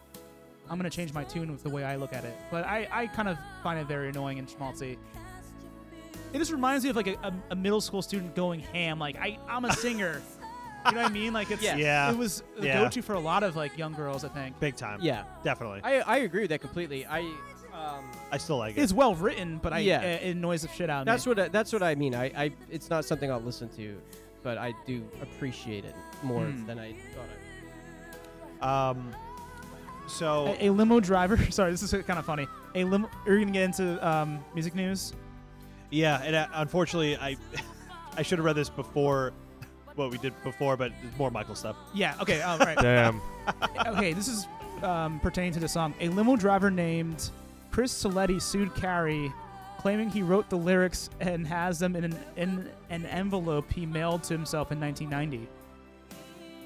I'm gonna change my tune with the way I look at it." But I I kind of find it very annoying and schmaltzy. It just reminds me of like a, a, a middle school student going ham, like I I'm a singer. You know what I mean? Like it's Yeah. Yeah. it was the Yeah. go-to for a lot of like young girls, I think. Big time. Yeah. Definitely. I, I, I agree with that completely. I um, still like it. It's well written, but I Yeah. it, it annoys the shit out of that's me. what I, that's what I mean. I, I it's not something I'll listen to, but I do appreciate it more Hmm. than I thought. I Um. So a, a limo driver. Sorry, this is kind of funny. A limo. Are you gonna get into um, music news? yeah, and uh, unfortunately, I I should have read this before what we did before, but it's more Michael stuff. Yeah. Okay. All right. Damn. okay. This is um, pertaining to the song. A limo driver named Chris Saletti sued Carey, claiming he wrote the lyrics and has them in an in an envelope he mailed to himself in 1990.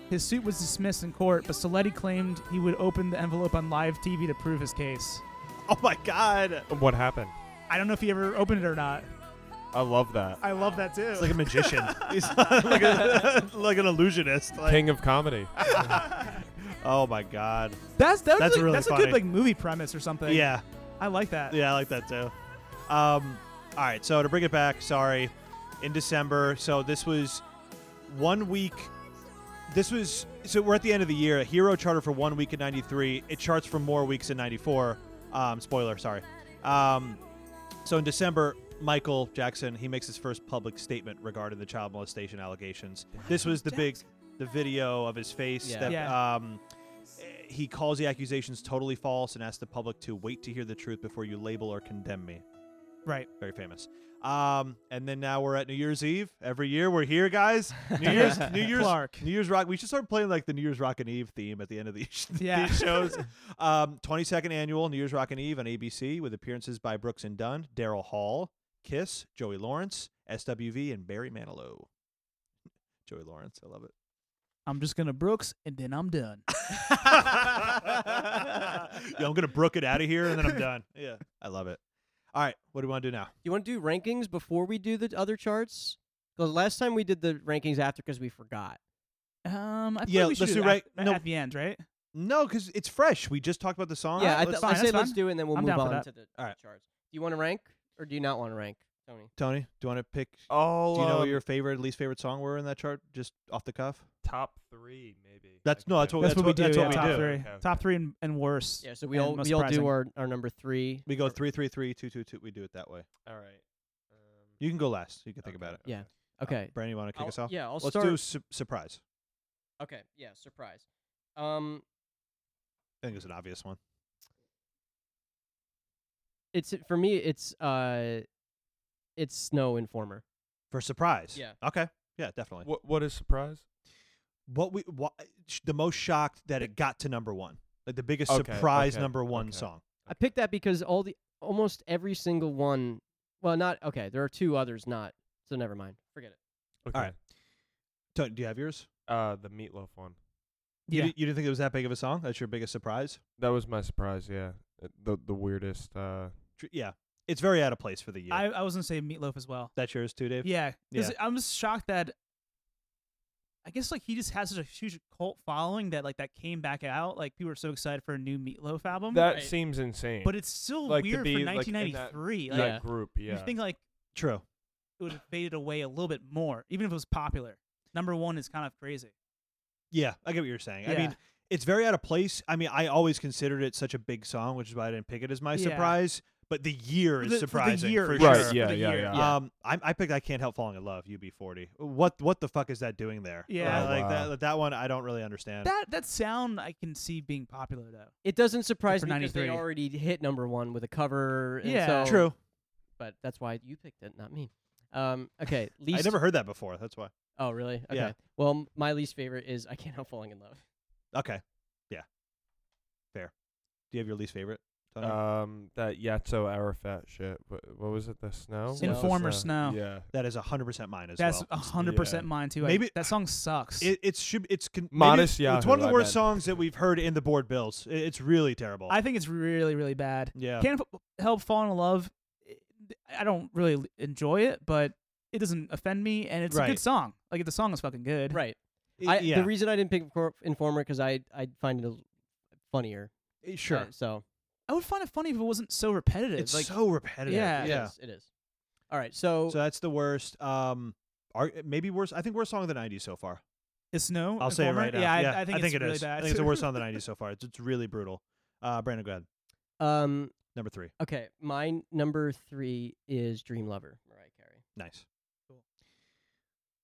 His suit was dismissed in court, but Saletti claimed he would open the envelope on live TV to prove his case. Oh my God! What happened? I don't know if he ever opened it or not. I love that. I love that too. It's like a magician. He's like, a, like an illusionist. Like, King of comedy. oh my God! that's that's, That's like- really that's a funny. good like movie premise or something. Yeah. I like that. Yeah, I like that too. Um, all right, so to bring it back, sorry, in December. So this was one week. This was so we're at the end of the year. Hero charted for one week in '93. It charts for more weeks in '94. Um, spoiler, sorry. Um, so in December, Michael Jackson he makes his first public statement regarding the child molestation allegations. This was the big, the video of his face Yeah. that Yeah. um, he calls the accusations totally false and asks the public to wait to hear the truth before you label or condemn me. Right. Very famous. Um, and then now we're at New Year's Eve. Every year we're here, guys. New Year's, New Year's, Clark. New Year's Rock. We should start playing like the New Year's Rock and Eve theme at the end of these, Yeah. these shows. Um, 22nd annual New Year's Rock and Eve on ABC with appearances by Brooks and Dunn, Daryl Hall, Kiss, Joey Lawrence, SWV, and Barry Manilow. Joey Lawrence, I love it. I'm just gonna Brooks and then I'm done. Yo, I'm gonna brook it out of here and then I'm done. Yeah, I love it. All right, what do we want to do now? You want to do rankings before we do the other charts? Because last time we did the rankings after because we forgot. Um, I think Yeah, we should let's do, do it right- at, no. at the end, right. No, because it's fresh. We just talked about the song. yeah, I, Let's- th- fine, I say that's let's fine. do it and then we'll I'm move down for on that. to the All right. charts. Do you want to rank or do you not want to rank, Tony? Tony, do you want to pick? Oh, do you know what your favorite, least favorite song were in that chart, just off the cuff? top three? Maybe. That's- no, that's Oh, what- That's, what we do. that's yeah, what we top do. three, Okay, okay. top three, and, and worse. Yeah, so we and all most we all do surprising. our, our number three. We go three, three, three, two, two, two. We do it that way. All right. um, You can go last. You can think about it. Yeah. Okay. Brandon, you want to kick I'll- us off? Yeah, I'll Let's start. do su- surprise. Okay, yeah, surprise. Um, I think it's an obvious one. it's for me. It's uh, it's Snow Informer. For surprise. Yeah. Okay. Yeah, definitely. What What is surprise? What we wha- sh the most shocked that it got to number one, like the biggest Okay, surprise okay, number one okay. song. I picked that because all the almost every single one. Well, not okay. There are two others not. So never mind. Forget it. Okay. right. Tony, do you have yours? Uh, the meatloaf one. You, Yeah. di- you didn't think it was that big of a song? That's your biggest surprise? That was my surprise. Yeah, Uh, the the weirdest. Uh, Tr- yeah. It's very out of place for the year. I, I was gonna say meatloaf as well. That's yours too, Dave. Yeah, 'cause Yeah. I'm just shocked that I guess like he just has such a huge cult following that like that came back out. Like people were so excited for a new meatloaf album, that Right. seems insane. but it's still Like, to weird be, for like, in that- 1993. that Like, Yeah. group. Yeah. you think like True. it would have faded away a little bit more, even if it was popular. Number one is kind of crazy. Yeah, I get what you're saying. I Yeah. mean, it's very out of place. I mean, I always considered it such a big song, which is why I didn't pick it as my Yeah. surprise. But the year For is the- for the surprising year, for for right? sure. sure. Yeah, For the yeah. year. Yeah. Yeah. Um, I, I picked. I can't help falling in love. UB40. What what the fuck is that doing there? Yeah. Uh, like Wow. that that one. I don't really understand. That that sound I can see being popular though. It doesn't surprise for me because they 93. already hit number one with a cover. and Yeah. so- True. But that's why you picked it, not me. Um, okay. Least. I never heard that before. That's why. Oh, really? Okay. Yeah. Well, m- my least favorite is I can't help falling in love. Okay. Yeah. Fair. Do you have your least favorite? Tony? um, that Yatso Arafat shit. What, what was it? The snow. What was Informer the- Snow. Yeah. that is hundred percent mine as That's well. a hundred percent mine too. I- Maybe- that song sucks. It, it should. It's con- maybe Modest It's, it's one of Yahoo, the I worst meant. songs that we've heard in the board bills. It, it's really terrible. I think it's really really bad. yeah. Can't F- help falling in love. eh, I don't really l- enjoy it, but it doesn't offend me, and it's a Right. good song. Like the song is fucking good. Right. I- I, yeah. The reason I didn't pick Cor- Informer because I I find it a, l- funnier. sure. Uh, so I would find it funny if it wasn't so repetitive. it's like so repetitive. Yeah. it Yeah. is, it is. All right. So, So that's the worst. Um, ar- maybe worst. I think worst song of the '90s so far. it's no. I'll say it Informer? right now. Yeah, I, I think it's it really is. bad. I think it's the worst song of the '90s so far. It's, it's really brutal. Uh, Brandon, go ahead. um, Number three. okay, my n- number three is Dream Lover, Mariah Carey. Nice.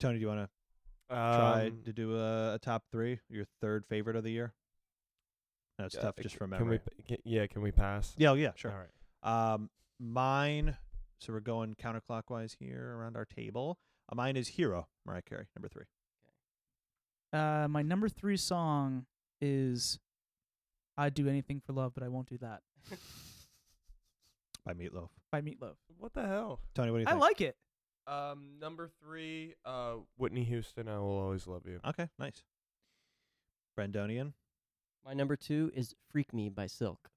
Tony, do you want to try Um, to do a, a top three? Your third favorite of the year. That's uh, tough, just from Can we? memory. p- ca- Yeah. Can we pass? Yeah, oh, yeah, sure. All right. Um, mine. So we're going counterclockwise here around our table. Uh, mine is Hero, Mariah Carey, number three. Uh, my number three song is "I'd Do Anything for Love, But I Won't Do That" by Meatloaf. by Meatloaf. What the hell? Tony, what do you I think? like it. Um, number three, uh, Whitney Houston. I will always love you. okay, nice. Brandonian. My number two is Freak Me by Silk.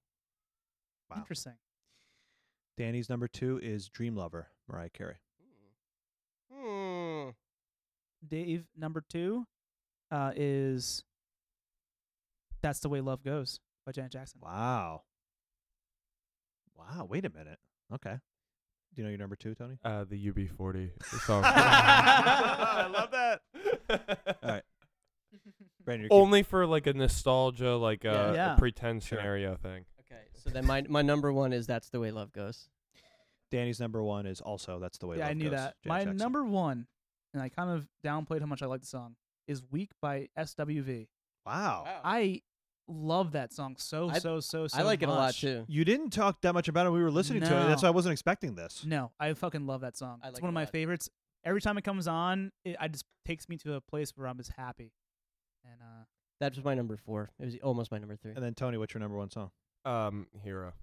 Wow. Interesting. Danny's number two is Dream Lover, Mariah Carey. Hmm. Dave number two uh, is "That's the Way Love Goes" by Janet Jackson. Wow. Wow. Wait a minute. Okay. Do you know your number two, Tony? Uh, the UB40 song. I love that. All right. Brandon, you're Only for like a nostalgia, like uh, Yeah. a, Yeah. pretend Sure. scenario thing. Okay, so then my my number one is That's the Way Love Goes. Danny's number one is also that's the way. yeah, Love I knew Goes, that. Janet My Jackson. number one, and I kind of downplayed how much I like the song, is "Weak" by SWV. Wow. I love that song so Oh. I- so so so. I like it a lot much. too. You didn't talk that much about it. when We were listening to it. That's No. why I wasn't expecting this. No, I fucking love that song. I it's like one it of a my lot. favorites. Every time it comes on, it I just takes me to a place where I'm just happy. And uh, That was my number four. It was almost my number three. And then Tony, what's your number one song? Um, Hero.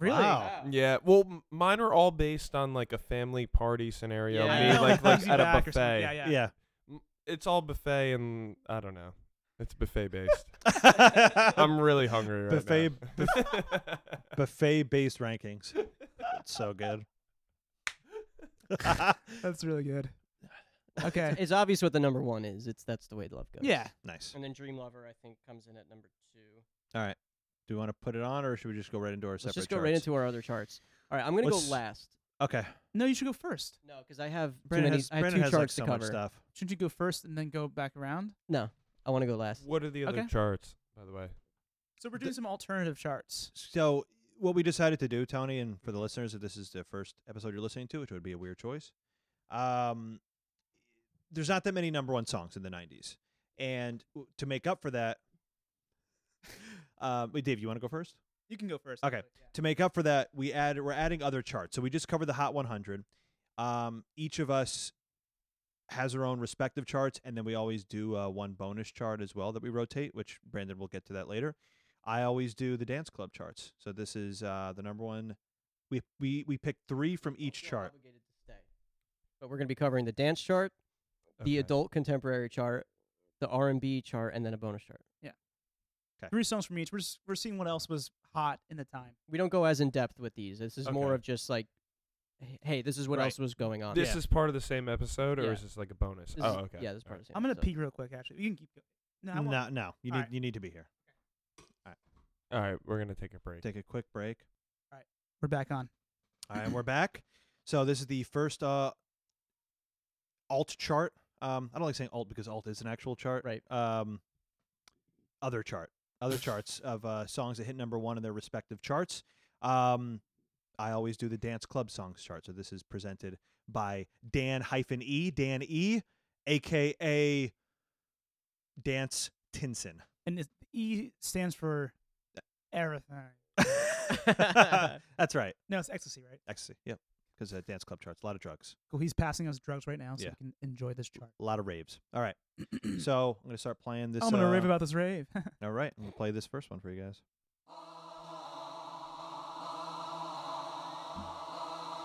really, Wow. Yeah. Well, m- mine are all based on like a family party scenario. Yeah, Me, I know. like like Comes at a back or something. buffet. Yeah, yeah. Yeah. M- It's all buffet, and I don't know. It's buffet based. I'm really hungry right Buffet- now. Buffet based rankings. It's so good. that's really good. Okay. It's obvious what the number one is. It's That's the Way Love Goes. yeah. nice. And then Dream Lover, I think, comes in at number two. Do we want to put it on or should we just go right into our separate Let's just go right charts? into our other charts. All right, I'm gonna Let's- go last. Okay. No, you should go first. No, because I have too Brandon many. has, I have Brandon two has like charts so to much cover. stuff. Shouldn't you go first and then go back around? No, I want to go last. what are the other Okay. charts, by the way? So we're doing doing some alternative charts. So what we decided to do, Tony, and for the listeners, if this is the first episode you're listening to, which would be a weird choice, um, there's not that many number one songs in the '90s, And w- to make up for that, um, wait, Dave, you want to go first? You can go first. Okay. actually, yeah. to make up for that, we add we're adding other charts. So we just covered the Hot 100. Um, each of us has our own respective charts, and then we always do uh, one bonus chart as well that we rotate, which Brandon will get to that later. I always do the dance club charts. So this is uh, the number one. We we we pick three from each chart. But we're going to be covering the dance chart, the Okay. adult contemporary chart, the R&B chart, and then a bonus chart. Three songs from each. We're just, we're seeing what else was hot in the time. We don't go as in depth with these. This is more Okay. of just like, h- hey, this is what Right. else was going on. This is part of the same episode, or Yeah. is this like a bonus? This oh, is- okay. Yeah, this is All part of the same I'm gonna episode. pee real quick. Actually, you can keep going. No, I won't. No, no, you need Alright. you need to be here. All right, we're gonna take a break. Take a quick break. we're back on. All right, and we're back. So this is the first uh, alt chart. Um, I don't like saying alt because alt is an actual chart. Right. Um, other chart, other charts of uh, songs that hit number one in their respective charts. Um, I always do the dance club songs chart. So this is presented by Dan hyphen E, Dan E, aka Dance Tinson. And it's, E stands for everything. That's right. No, it's ecstasy, right? Ecstasy. Yep. Because uh, dance club charts, a lot of drugs. Cool. He's passing us drugs right now, so Yeah. we can enjoy this chart. a lot of raves. All right. so I'm gonna start playing this. I'm gonna uh, rave about this rave. All right, I'm gonna play this first one for you guys.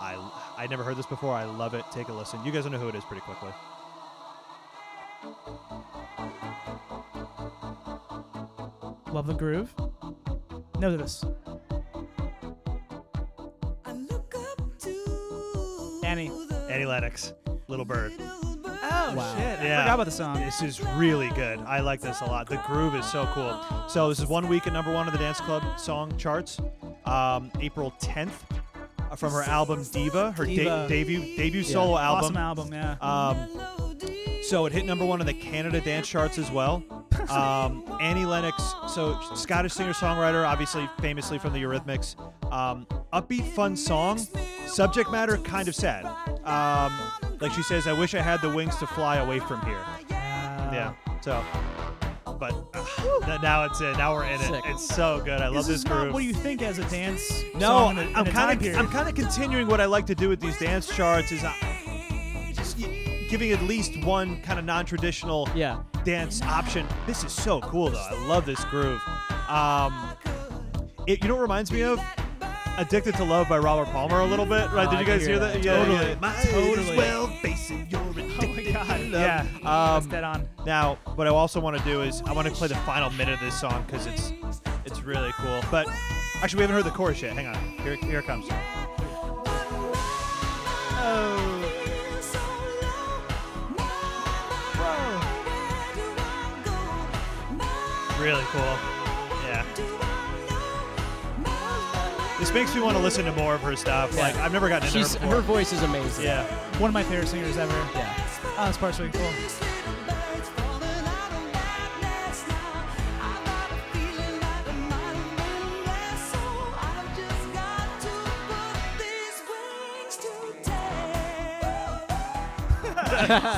I I never heard this before. I love it. Take a listen. You guys will know who it is pretty quickly. Love the groove. No to this. Annie. Annie Lennox, Little Bird. Oh shit! I Yeah. forgot about the song. This is really good. I like this a lot. The groove is so cool. So this is one week at number one of the dance club song charts. Um, April 10th uh, from her album Diva, her de- Diva. debut debut solo Awesome album, yeah. Um, so it hit number one on the Canada dance charts as well. Um, Annie Lennox, so Scottish singer-songwriter, obviously famously from the Eurythmics. Um, upbeat, fun song. Subject matter kind of sad. Um, like she says, "I wish I had the wings to fly away from here." Yeah. So, but uh, n- now it's in. Now we're in Sick. it. It's so good. I love this is this not groove. what do you think as a dance. No, song in the, I'm kind of I'm kind of continuing what I like to do with these dance charts is I, just y- giving at least one kind of non-traditional Yeah. dance option. This is so cool though. I love this groove. Um, it, you know what it reminds me of? Addicted to Love by Robert Palmer a little bit, right? Oh, Did I you guys hear hear that. that? Yeah, Totally. yeah. Might Totally. as well face it, you're Oh my addicted to god! love. Yeah, that's Um, dead on. now, what I also want to do is I want to play the final minute of this song because it's it's really cool. But actually, we haven't heard the chorus yet. Hang on, here here it comes. Really cool. Yeah. This makes me want to listen to more of her stuff. Like I've never gotten into She's, her before. her voice is amazing. yeah. One of my favorite singers ever. Yeah. Oh, this part's really cool.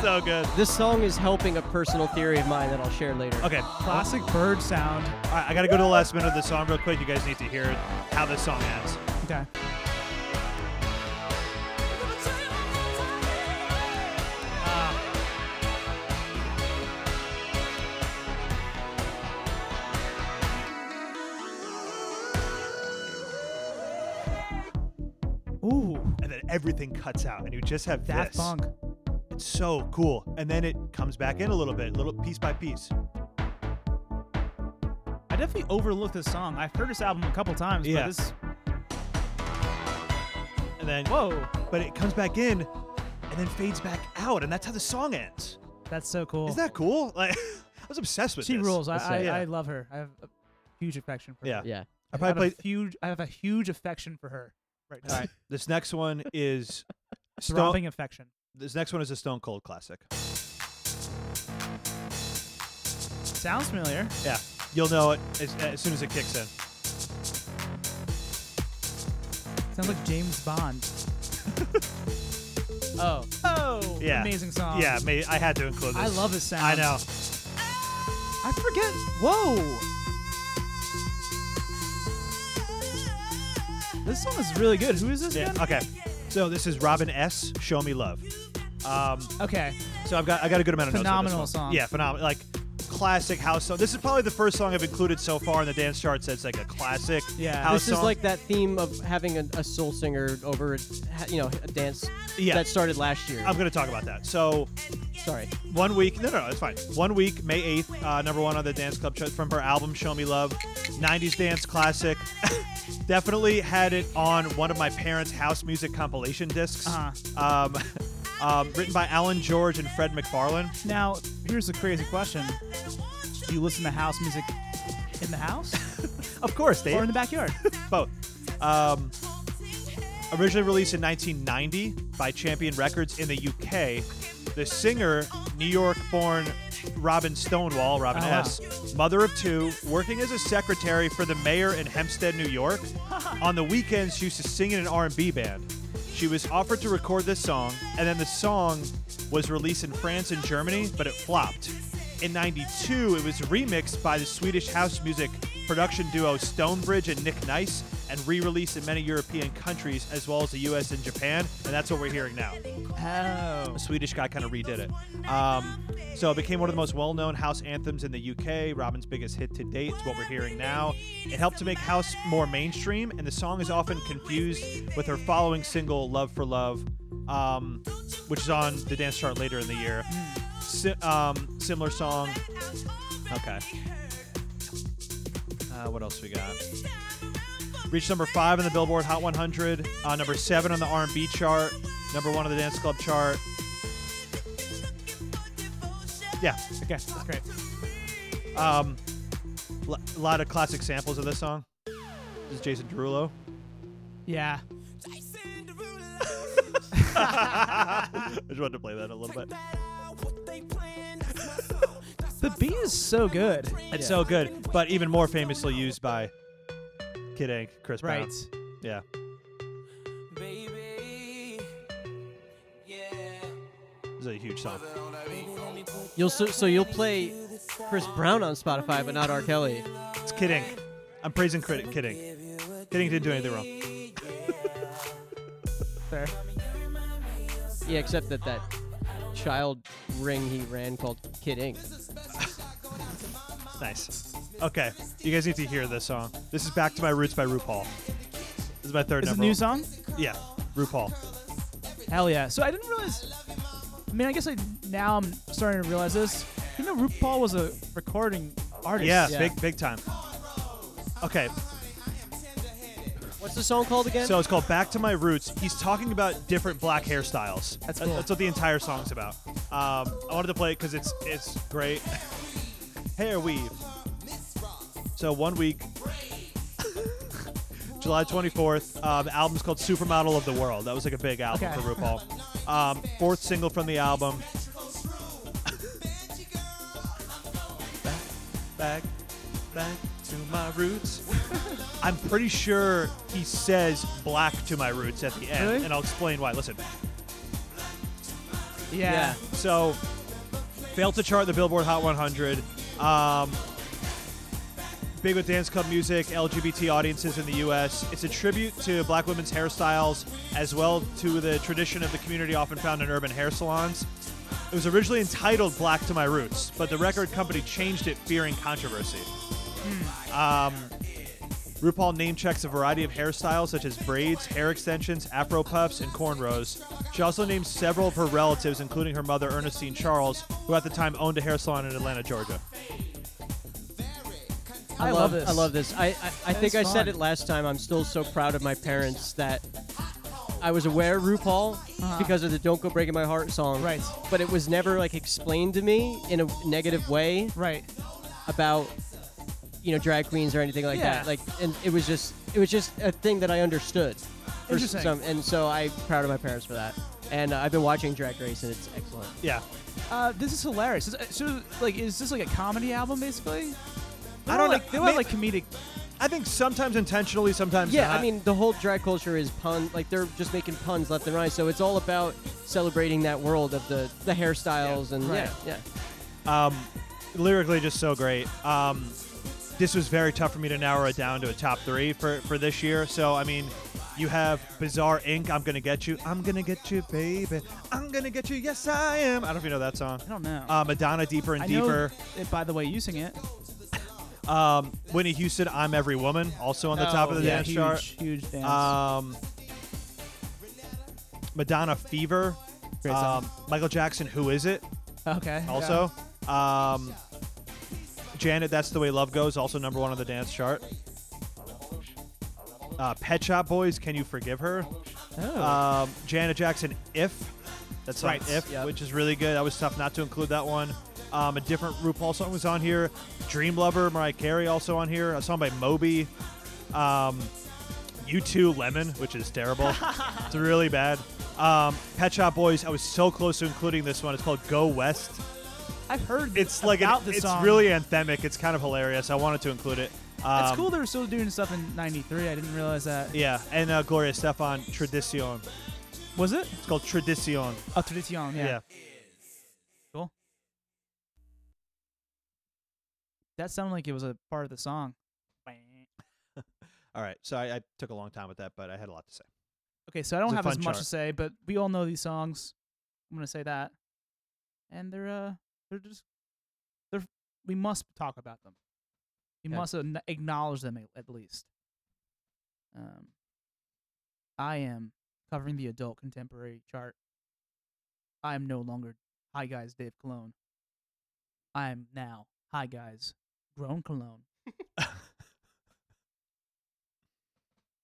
so good. This song is helping a personal theory of mine that I'll share later. Okay, Classic bird sound. all right, I got to go to the last minute of the song real quick. You guys need to hear how this song ends. Okay. Ooh, And then everything cuts out, and you just have Daft this. Punk. It's so cool. And then it comes back in a little bit, little piece by piece. I definitely overlooked this song. I've heard this album a couple times, Yeah. but this And then whoa, but it comes back in and then fades back out, and that's how the song ends. that's so cool. Isn't that cool? Like, I was obsessed with she this. rules. I, That's I, it. I love her. I have a huge affection for Yeah. her. Yeah. I I have probably a played. huge. I have a huge affection for her. Right. Now. All right, this next one is Stone. Throbbing affection. This next one is a Stone Cold classic. Sounds familiar. Yeah, you'll know it as, as soon as it kicks in. Sounds like James Bond. Oh. Oh, Yeah. amazing song. Yeah, may, I had to include this. I love this sound. I know. I forget. Whoa. This song is really good. Who is this Yeah, again? Okay. So this is Robin S. Show me love. Um, Okay. so I've got I got a good amount of Phenomenal notes song. on this one. Yeah, phenomenal. Like classic house song. This is probably the first song I've included so far in the dance charts that's like a classic Yeah. house This is song. like that theme of having a, a soul singer over, ha- you know, a dance Yeah. that started last year. Um, I'm gonna talk about that. So Sorry. One week, no, no, no, it's fine. One week, May 8th, uh, number one on the dance club chart from her album Show Me Love, 90s dance classic. Definitely had it on one of my parents' house music compilation discs. Uh-huh. Um, um, written by Alan George and Fred McFarlane. Now, here's a crazy question. Do you listen to house music in the house Of course, they or in the backyard? both. Um, originally released in 1990 by Champion Records in the UK, the singer, New York-born Robin Stonewall, Robin Oh, wow. S, mother of two, working as a secretary for the mayor in Hempstead, New York. On the weekends, she used to sing in an R&B band. She was offered to record this song, and then the song was released in France and Germany, but it flopped. In 92, it was remixed by the Swedish house music production duo Stonebridge and Nick Nice and re released in many European countries as well as the US and Japan. And that's what we're hearing now. Oh. A Swedish guy kind of redid it. Um, so it became one of the most well known house anthems in the UK, Robin's biggest hit to date. It's what we're hearing now. It helped to make house more mainstream, and the song is often confused with her following single, Love for Love, um, which is on the dance chart later in the year. Si- um, similar song. Okay. Uh, what else we got? Reached number five on the Billboard Hot 100, uh, number seven on the R&B chart, number one on the Dance Club chart. Yeah, Okay, that's great. um, l- a lot of classic samples of this song. This is Jason Derulo. Yeah. I just wanted to play that a little bit. The beat is so good. It's so good, but even more famously used by Kid Ink, Chris Brown. Right. Yeah. Baby, yeah. This is a huge song. You'll so, so you'll play Chris Brown on Spotify, but not R. Kelly. It's Kid Ink. I'm praising Kid Kid Ink. Kid Ink didn't do anything wrong. Fair. Yeah, except that that child ring he ran called Kid Ink. Nice. Okay, you guys need to hear this song. This is Back to My Roots by RuPaul. This is my third Is it a number. new one. song? Yeah, RuPaul. Hell yeah. So I didn't realize. I mean, I guess I, now I'm starting to realize this. You know, RuPaul was a recording artist. Yeah, Yeah. big big time. Okay, What's the song called again? so it's called Back to My Roots. He's talking about different black hairstyles. That's That- cool. That's what the entire song's about. Um, I wanted to play it because it's it's great. Hair weave. So one week, July 24th. Um, the album's called Supermodel of the World. That was like a big album Okay. for RuPaul. Um, fourth single from the album. back, back, back to my roots. I'm pretty sure he says black to my roots at the end, Really? and I'll explain why. Listen. Yeah. So, failed to chart the Billboard Hot 100. Um, big with dance club music, LGBT audiences in the U.S. It's a tribute to black women's hairstyles as well to the tradition of the community often found in urban hair salons. It was originally entitled Black to My Roots, but the record company changed it fearing controversy. RuPaul name checks a variety of hairstyles such as braids, hair extensions, afro puffs, and cornrows. She also names several of her relatives, including her mother Ernestine Charles, who at the time owned a hair salon in Atlanta, Georgia. I, love love this. I love this. I I, I is think I fun. said it last time. I'm still so proud of my parents that I was aware of RuPaul because of the "Don't Go Breaking My Heart" song. Uh-huh. Right. But it was never like explained to me in a negative way Right. about you know drag queens or anything like Yeah. that. Like, and it was just it was just a thing that I understood. or Interesting. some- and so I'm proud of my parents for that. And uh, I've been watching Drag Race, and it's excellent. Yeah. Uh, this is hilarious. Is- uh, so, like, is this like a comedy album, basically? They're I all, don't know. like. They were all, Maybe- like comedic. I think sometimes intentionally, sometimes Yeah, not. I mean the whole drag culture is pun like they're just making puns left and right. So it's all about celebrating that world of the the hairstyles and Right. yeah, yeah. Um, lyrically just so great. Um, this was very tough for me to narrow it down to a top three for for this year. So I mean, you have Bizarre Inc. I'm gonna get you. I'm gonna get you, baby. I'm gonna get you. Yes, I am. I don't know if you know that song. I don't know. Uh, Madonna, Deeper and I know Deeper. it by the way you sing it. Um, Whitney Houston, I'm Every Woman, also on the top of the Oh, yeah, dance huge, chart. Huge dance. Um, Madonna, Fever. Great song. Um, Michael Jackson, Who Is It? okay. also. Um, Janet, That's the Way Love Goes, also number one on the dance chart. Uh, Pet Shop Boys, Can You Forgive Her? Oh. Uh, Um, Janet Jackson, If. That's right, Right, If, yep. which is really good. That was tough not to include that one. Um, a different RuPaul song was on here. Dream Lover, Mariah Carey, also on here. A song by Moby. Um, U2 Lemon, which is terrible. it's really bad. Um, Pet Shop Boys, I was so close to including this one. It's called Go West. I've heard It's like an, about the it's song. really anthemic. It's kind of hilarious. I wanted to include it. Um, it's cool they were still doing stuff in '93. I didn't realize that. Yeah, and uh, Gloria Stefan, Tradicion. Was it? It's called Tradicion. A tradition. Yeah. Yeah. That sounded like it was a part of the song. All right. So I, I took a long time with that, but I had a lot to say. Okay, so I don't It's a have as fun much to chart. say, but we all know these songs. I'm gonna say that, and they're uh they're just they're we must talk about them. We Okay. must an- acknowledge them at- at least. Um, I am covering the adult contemporary chart. I am no longer Hi Guys Dave Cologne. I am now Hi Guys Grown Cologne.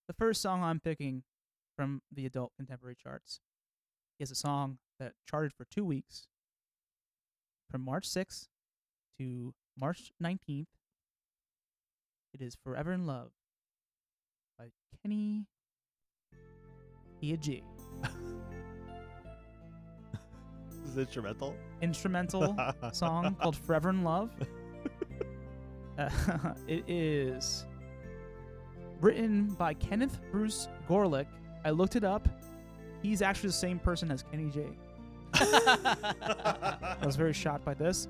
the first song I'm picking from the adult contemporary charts is a song that charted for two weeks from March 6th to March 19th. It is Forever in Love by Kenny G. Is it instrumental? Instrumental song called Forever in Love. Uh, it is written by Kenneth Bruce Gorlick. I looked it up. He's actually the same person as Kenny J. I was very shocked by this.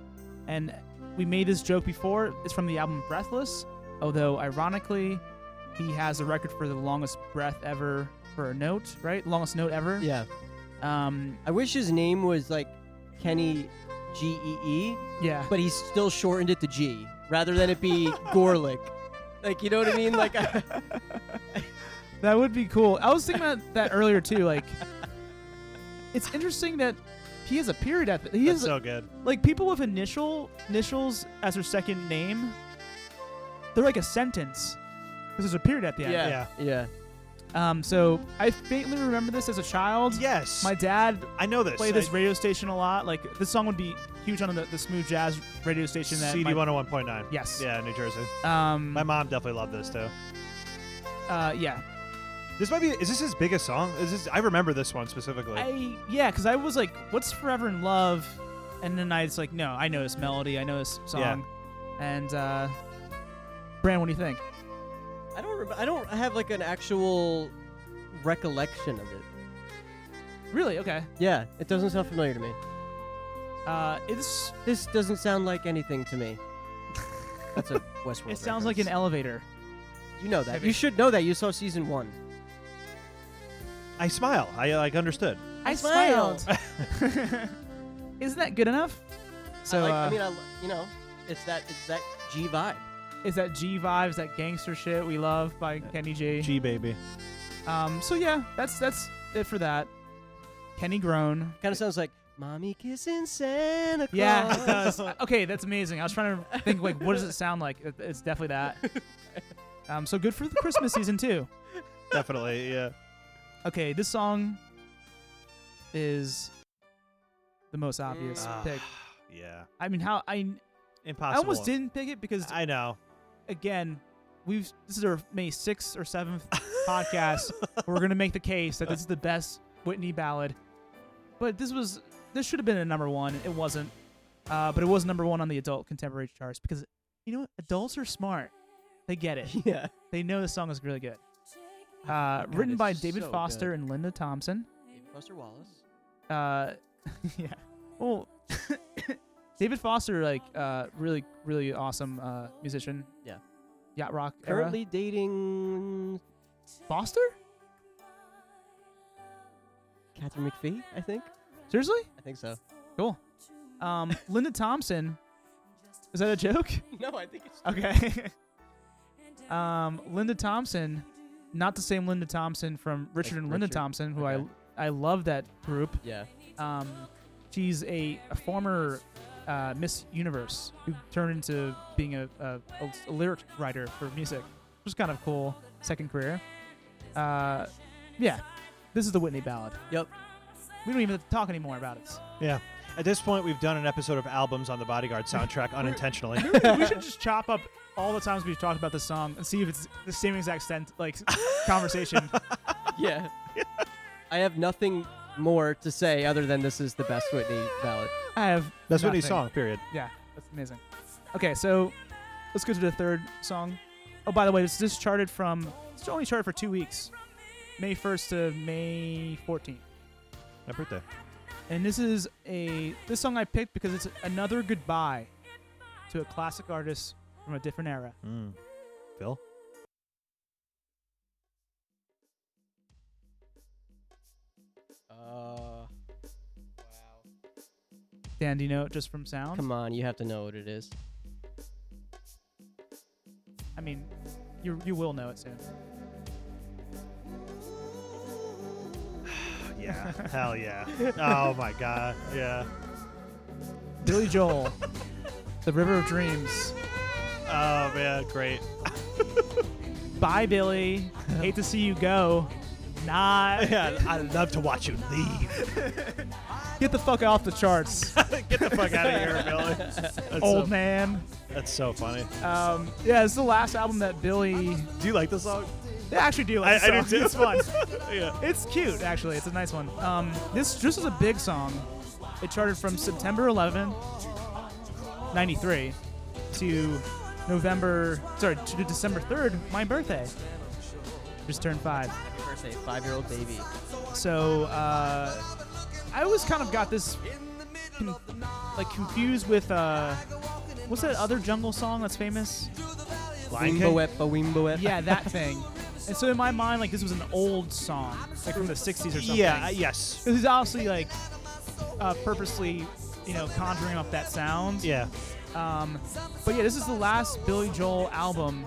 And we made this joke before. It's from the album Breathless, although ironically, he has a record for the longest breath ever for a note, right? Longest note ever. Yeah. Um, I wish his name was like Kenny G E E, yeah. but he still shortened it to G rather than it be Gorlick. Like you know what I mean? Like I, That would be cool. I was thinking about that earlier too. Like, it's interesting that he has a period at the, he That's has so good. like people with initial initials as their second name. They're like a sentence because there's a period at the end. yeah. Yeah. Um. So I faintly remember this as a child. Yes. My dad I know this. played I- this radio station a lot. Like this song would be huge on the, the smooth jazz radio station that CD my- 101.9. Yes. Yeah, New Jersey. Um. My mom definitely loved this too. uh. Yeah. This might be. Is this his biggest song? Is this? I remember this one specifically. I yeah, because I was like, "What's Forever in Love?" And then I was like, "No, I know this melody, I know this song." Yeah. And uh, Bran, what do you think? I don't. Rem- I don't have like an actual recollection of it. Really? Okay. Yeah, it doesn't sound familiar to me. Uh, it's This doesn't sound like anything to me. That's a Westworld. it sounds like an reference. elevator. You know that. Have You you- should know that. You saw season one. I smile. I like understood. I smiled. Isn't that good enough? So I, like, I uh, mean, I, lo- you know, it's that. It's that G vibe. is that G vibes, that gangster shit we love by Kenny G. G baby. Um, so yeah, that's that's it for that. Kenny Groan. Kind of sounds like mommy kissing Santa Claus. Yeah, it does. okay, that's amazing. I was trying to think like, what does it sound like? It- It's definitely that. Um, so good for the Christmas season too. Definitely. Yeah. Okay, this song is the most obvious Ah, pick. Yeah. I mean, how I I Impossible. almost didn't pick it because I know. again, we've this is our May sixth or seventh podcast. Where we're gonna make the case that this is the best Whitney ballad, but this was this should have been a number one. It wasn't, uh, but it was number one on the adult contemporary charts because you know what? adults are smart. They get it. Yeah. They know the song is really good. Uh, written it's by David so Foster good. and Linda Thompson. Buster Wallace. Uh, yeah. Well, David Foster, like, uh, really, really awesome uh, musician. Yeah. Yacht rock Currently dating era. Foster? Catherine McPhee, I think. Seriously? I think so. Cool. Um, Linda Thompson. Is that a joke? No, I think it's Okay. um, Linda Thompson, not the same Linda Thompson from Richard and Linda Richard. Thompson, who Okay. I I love that group. yeah. Um, she's a, a former uh, Miss Universe who turned into being a, a, a, a lyric writer for music, which is kind of cool. Second career. Uh, yeah, this is the Whitney ballad. Yep. We don't even have to talk anymore about it. Yeah. At this point, we've done an episode of albums on the Bodyguard soundtrack unintentionally. we should just chop up all the times we've talked about this song and see if it's the same exact sent like conversation. Yeah. I have nothing more to say other than this is the best Whitney ballad. I have. That's Whitney's nothing. song. Period. Yeah, that's amazing. Okay, so let's go to the third song. Oh, by the way, this is charted from. It's only charted for two weeks, May 1st to May 14th. My birthday. And this is a this song I picked because it's another goodbye to a classic artist from a different era. Mm. Phil. Uh, wow. Dan, do you know it just from sound? Come on, you have to know what it is. I mean, you you will know it soon. Yeah. Hell yeah. Oh my god. Yeah. Billy Joel, The River of Dreams. Oh man. Great. Bye, Billy. Hate to see you go. Nah. Yeah. I love to watch you leave. Get the fuck off the charts, Get the fuck out of here, Billy. That's old so, man. That's so funny. Um, yeah, this is the last album that Billy. Do you like the song? They actually do. I, Like I do this song. too. It's fun. yeah. It's cute, actually. It's a nice one. Um, this this is a big song. It charted from September 11, 93, to November. Sorry, to December 3rd, my birthday. Just turned five. Happy birthday, five-year-old baby. So uh, I always kind of got this con- like confused with uh, what's that other jungle song that's famous? Lion King? Wimbo wimbo Yeah, that thing. And so in my mind, like this was an old song, like from the '60s or something. Yeah. Yes. It was obviously like uh, purposely, you know, conjuring up that sound. Yeah. Um, but yeah, this is the last Billy Joel album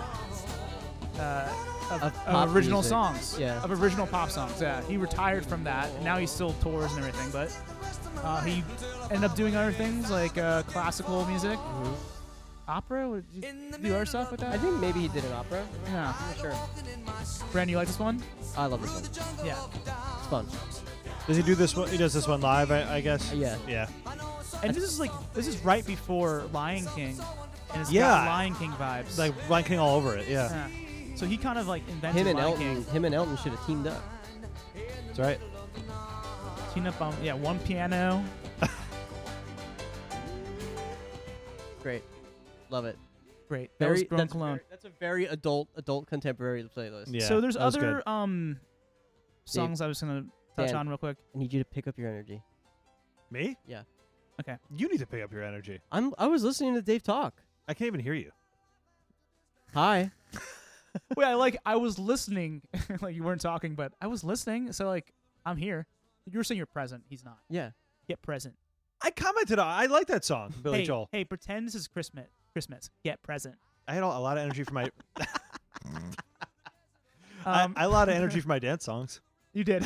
uh, of, Of of pop original music. songs. Yeah. Of original pop songs. Yeah. He retired from that, and now he still tours and everything. But uh, he ended up doing other things like uh, classical music, opera. Would you do other stuff with that? Mm-hmm. I think maybe he did an opera. Yeah. I'm not sure. Brand, you like this one? I love this one. It's Yeah. fun. Does he do this one? He does this one live, I, I guess. Yeah. Yeah. And this is like this is right before Lion King, and it's got Yeah. Lion King vibes. Like Lion King all over it. Yeah. Yeah. So he kind of like invented Him and Lion Elton. Him and Elton should have teamed up. That's right. King. Tina Bum- yeah, one piano. Great. Love it. Great. That was Very. Grown that's, Cologne. very- that's a very adult, adult contemporary playlist. Yeah. so there's that was other good. um songs I was gonna touch Dan. on real quick. I need you to pick up your energy. Me? Yeah. Okay. You need to pick up your energy. I'm. I was listening to Dave talk. I can't even hear you. Hi. Wait, I like I was listening, like you weren't talking, but I was listening. So like I'm here. You were saying you're present. He's not. Yeah. Get present. I commented on. I like that song, Billy hey, Joel. Hey, pretend this is Christmas. Christmas. Get present. I had a a lot of energy for my. Um, I, I had a lot of energy for my dance songs. you did.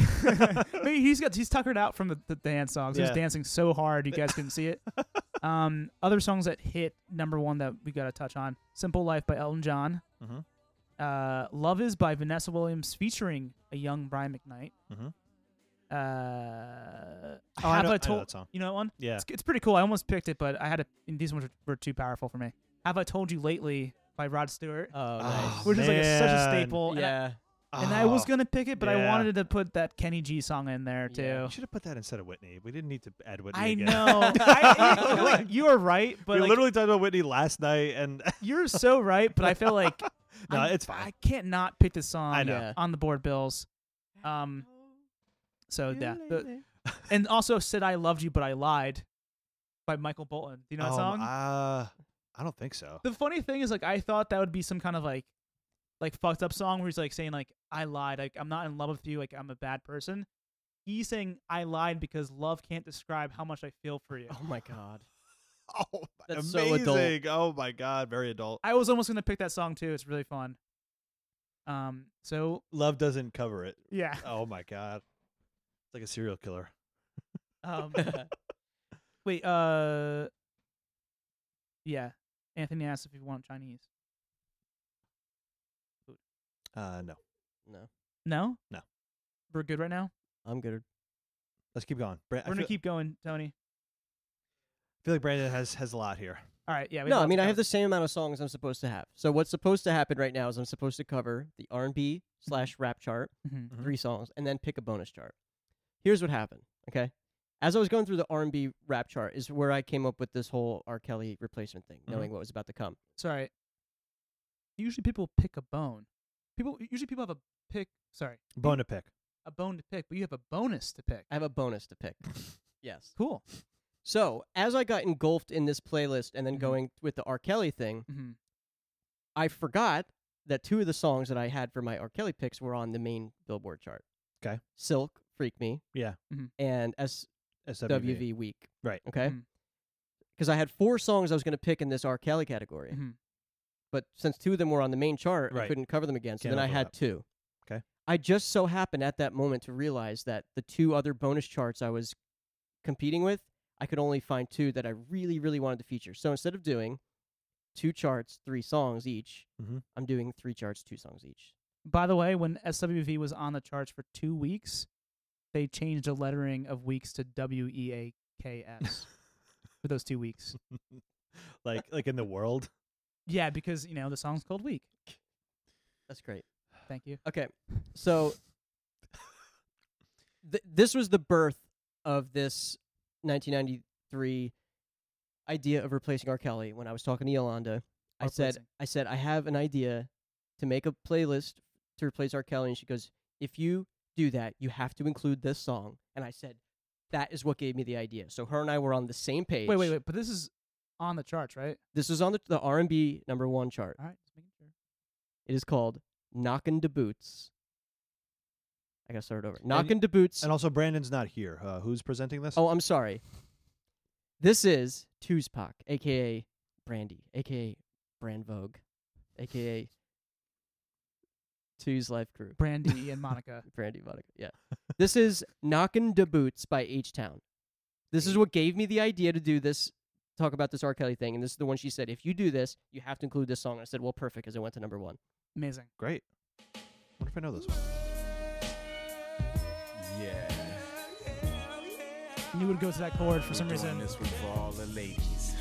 Maybe he's got he's tuckered out from the, the dance songs. He was Yeah. dancing so hard you guys couldn't see it. Um, other songs that hit number one that we got to touch on: "Simple Life" by Elton John, Mhm. uh, "Love Is" by Vanessa Williams featuring a young Brian McKnight. Mhm. Uh, Oh, I Have know- I know Told- that song. You know that one? Yeah. It's, it's pretty cool. I almost picked it, but I had a, and these ones were, were too powerful for me. "Have I Told You Lately" by Rod Stewart, Oh, nice. which is like a, such a man. staple. and I- yeah. and I was Oh, gonna pick it, but I Yeah. wanted to put that Kenny G song in there too. Yeah. You should have put that instead of Whitney. We didn't need to add Whitney. I again. know. I, like, you are right, but we like, literally talked about Whitney last night, and you're so right. But I feel like no, I'm- it's I fine. can't not pick this song I know. Yeah. on the board bills. Um, Oh, so yeah, the- and also said I loved you, but I lied by Michael Bolton. Do you know that Um, song? Uh, I don't think so. the funny thing is, like, I thought that would be some kind of like, like fucked up song where he's like saying like I lied, like I'm not in love with you, like I'm a bad person. He's saying I lied because love can't describe how much I feel for you. Oh my god. Oh, That's so amazing! adult. Oh my god, very adult. I was almost gonna pick that song too. It's really fun. Um. So uh, Love doesn't cover it. yeah. Oh my god, it's like a serial killer. Um. wait. Uh. Yeah. Anthony asked if you want Chinese. Uh, no, no, No. No. We're good right now. I'm good. let's keep going. Brand- We're I gonna feel, keep going, Tony. feel like Brandon has has a lot here. All right. Yeah. we No, have I lots mean to I have cover. the same amount of songs I'm supposed to have. So what's supposed to happen right now is I'm supposed to cover the R&B slash rap chart, Mhm. Mhm. three songs, and then pick a bonus chart. Here's what happened. Okay, as I was going through the R&B rap chart is where I came up with this whole R. Kelly replacement thing, Mhm. knowing what was about to come. Sorry. Usually people pick a bone. People usually people have a pick. Sorry, Bone to pick. a bone to pick, but you have a bonus to pick. I have a bonus to pick. yes. Cool. So as I got engulfed in this playlist and then Mhm. going with the R. Kelly thing, Mm-hmm. I forgot that two of the songs that I had for my R. Kelly picks were on the main Billboard chart. 'Kay. Silk, Freak Me. Yeah. Mhm. And SWV SWV. Week. Right. Okay. Mhm. Because I had four songs I was going to pick in this R. Kelly category. Mhm. But since two of them were on the main chart, I Right. couldn't cover them again. So Can't then I had overlap. two. 'Kay. I just so happened at that moment to realize that the two other bonus charts I was competing with, I could only find two that I really, really wanted to feature. So instead of doing two charts, three songs each, Mhm. I'm doing three charts, two songs each. By the way, when SWV was on the charts for two weeks, they changed the lettering of weeks to W E A K S for those two weeks. like like in the world. Yeah, because you know the song's called Week. That's great. Thank you. Okay, so th- this was the birth of this 1993 idea of replacing R. Kelly. When I was talking to Yolanda, I said, Replacing. "I said I have an idea to make a playlist to replace R. Kelly," and she goes, "If you do that, you have to include this song." And I said, "That is what gave me the idea." So her and I were on the same page. Wait, wait, wait. But this is on the charts, right? This is on the, the R&B number one chart. All right, just making sure. It is called Knockin' to Boots. I gotta start it over. Knockin' to Boots. And also, Brandon's not here. Uh, who's presenting this? Oh, I'm sorry. This is Tuzpac, aka Brandy, aka Brand Vogue, aka Two's Life Crew. Brandy and Monica. Brandy Monica. Yeah. this is Knockin' to Boots by H Town. This is what gave me the idea to do this, talk about this R. Kelly thing. And this is the one she said, if you do this, you have to include this song. And I said, well, perfect, because it went to number one. Amazing. Great. wonder if I know this one. You would go to that chord for some We're doing reason. This with all the ladies,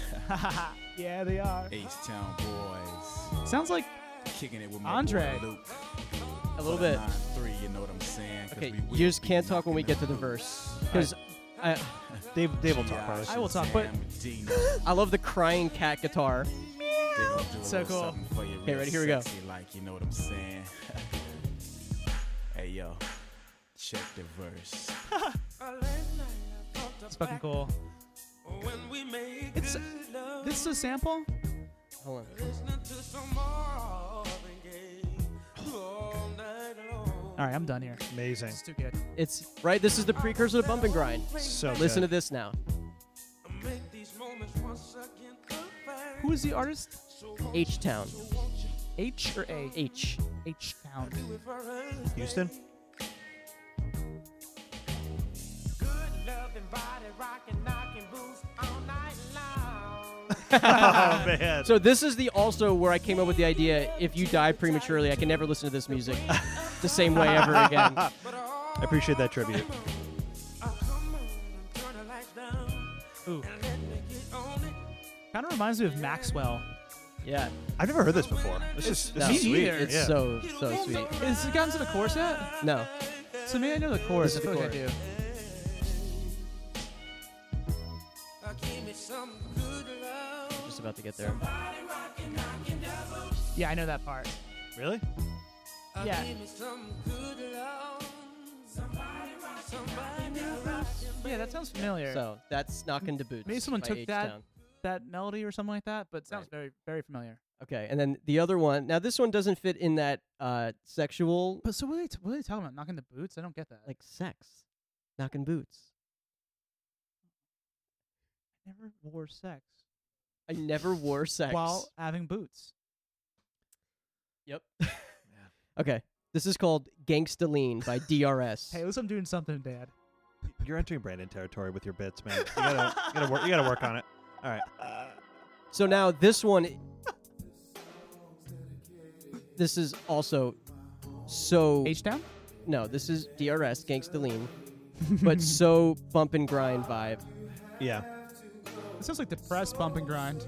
yeah, they are. H Town boys, Sounds like kicking it with my Andre. boy Luke. A little bit. Three, you know what I'm saying? 'Cause Okay, we will you just be can't talk when we knocking get to the them verse. Because I, Dave, Dave will talk out. about this. I will talk, but- Shazam, Dino, they I love the crying cat guitar. gonna do a So little cool. something for you Okay, real ready, here we go. sexy, Like you know what I'm saying? hey yo, check the verse. it's fucking cool. When we make It's this is a sample. Hold on. listen to some more game all night long. All right, I'm done here. Amazing. It's too good. It's right. This is the precursor to Bump and Grind. So Listen to good. this now. Make these moments once again perfect. Who is the artist? H Town. H or A? H. H Town. Houston. Good love and body rocking, knocking boots all night long. oh man. So this is the also where I came up with the idea. If you die prematurely, I can never listen to this music the same way ever again. I appreciate that tribute. Oh, come on, turn the lights down. Ooh. And let me get on it. Kind of reminds me of Maxwell. Yeah. I've never heard this before. This is this no. is Me sweet. neither. It's yeah. so so sweet. Has it gotten to the chorus yet? No. So maybe I know the chorus. This I is the feel like I do. Uh, give me some good love. Just about to get there. Yeah, I know that part. Really? Uh, Yeah. Give me some good love. Somebody rock, somebody rock Yeah, that sounds familiar. So that's knocking to boots. Maybe someone by took that- H-Town. That melody or something like that, but sounds Right. very, very familiar. Okay, and then the other one. Now this one doesn't fit in that uh sexual But so what are they, t- what are they talking about? Knocking the boots? I don't get that. like sex, knocking boots. I never wore sex I never wore sex. while having boots. Yep. Okay. This is called Gangsta Lean by DRS. Hey, at least I'm doing something, Dad. You're entering Brandon territory with your bits, man. You gotta, you gotta work. You gotta work on it. All right. so now this one This is also so H Town? no, this is DRS Gangsta Lean, but so bump and grind vibe. Yeah. It sounds like the press bump and grind.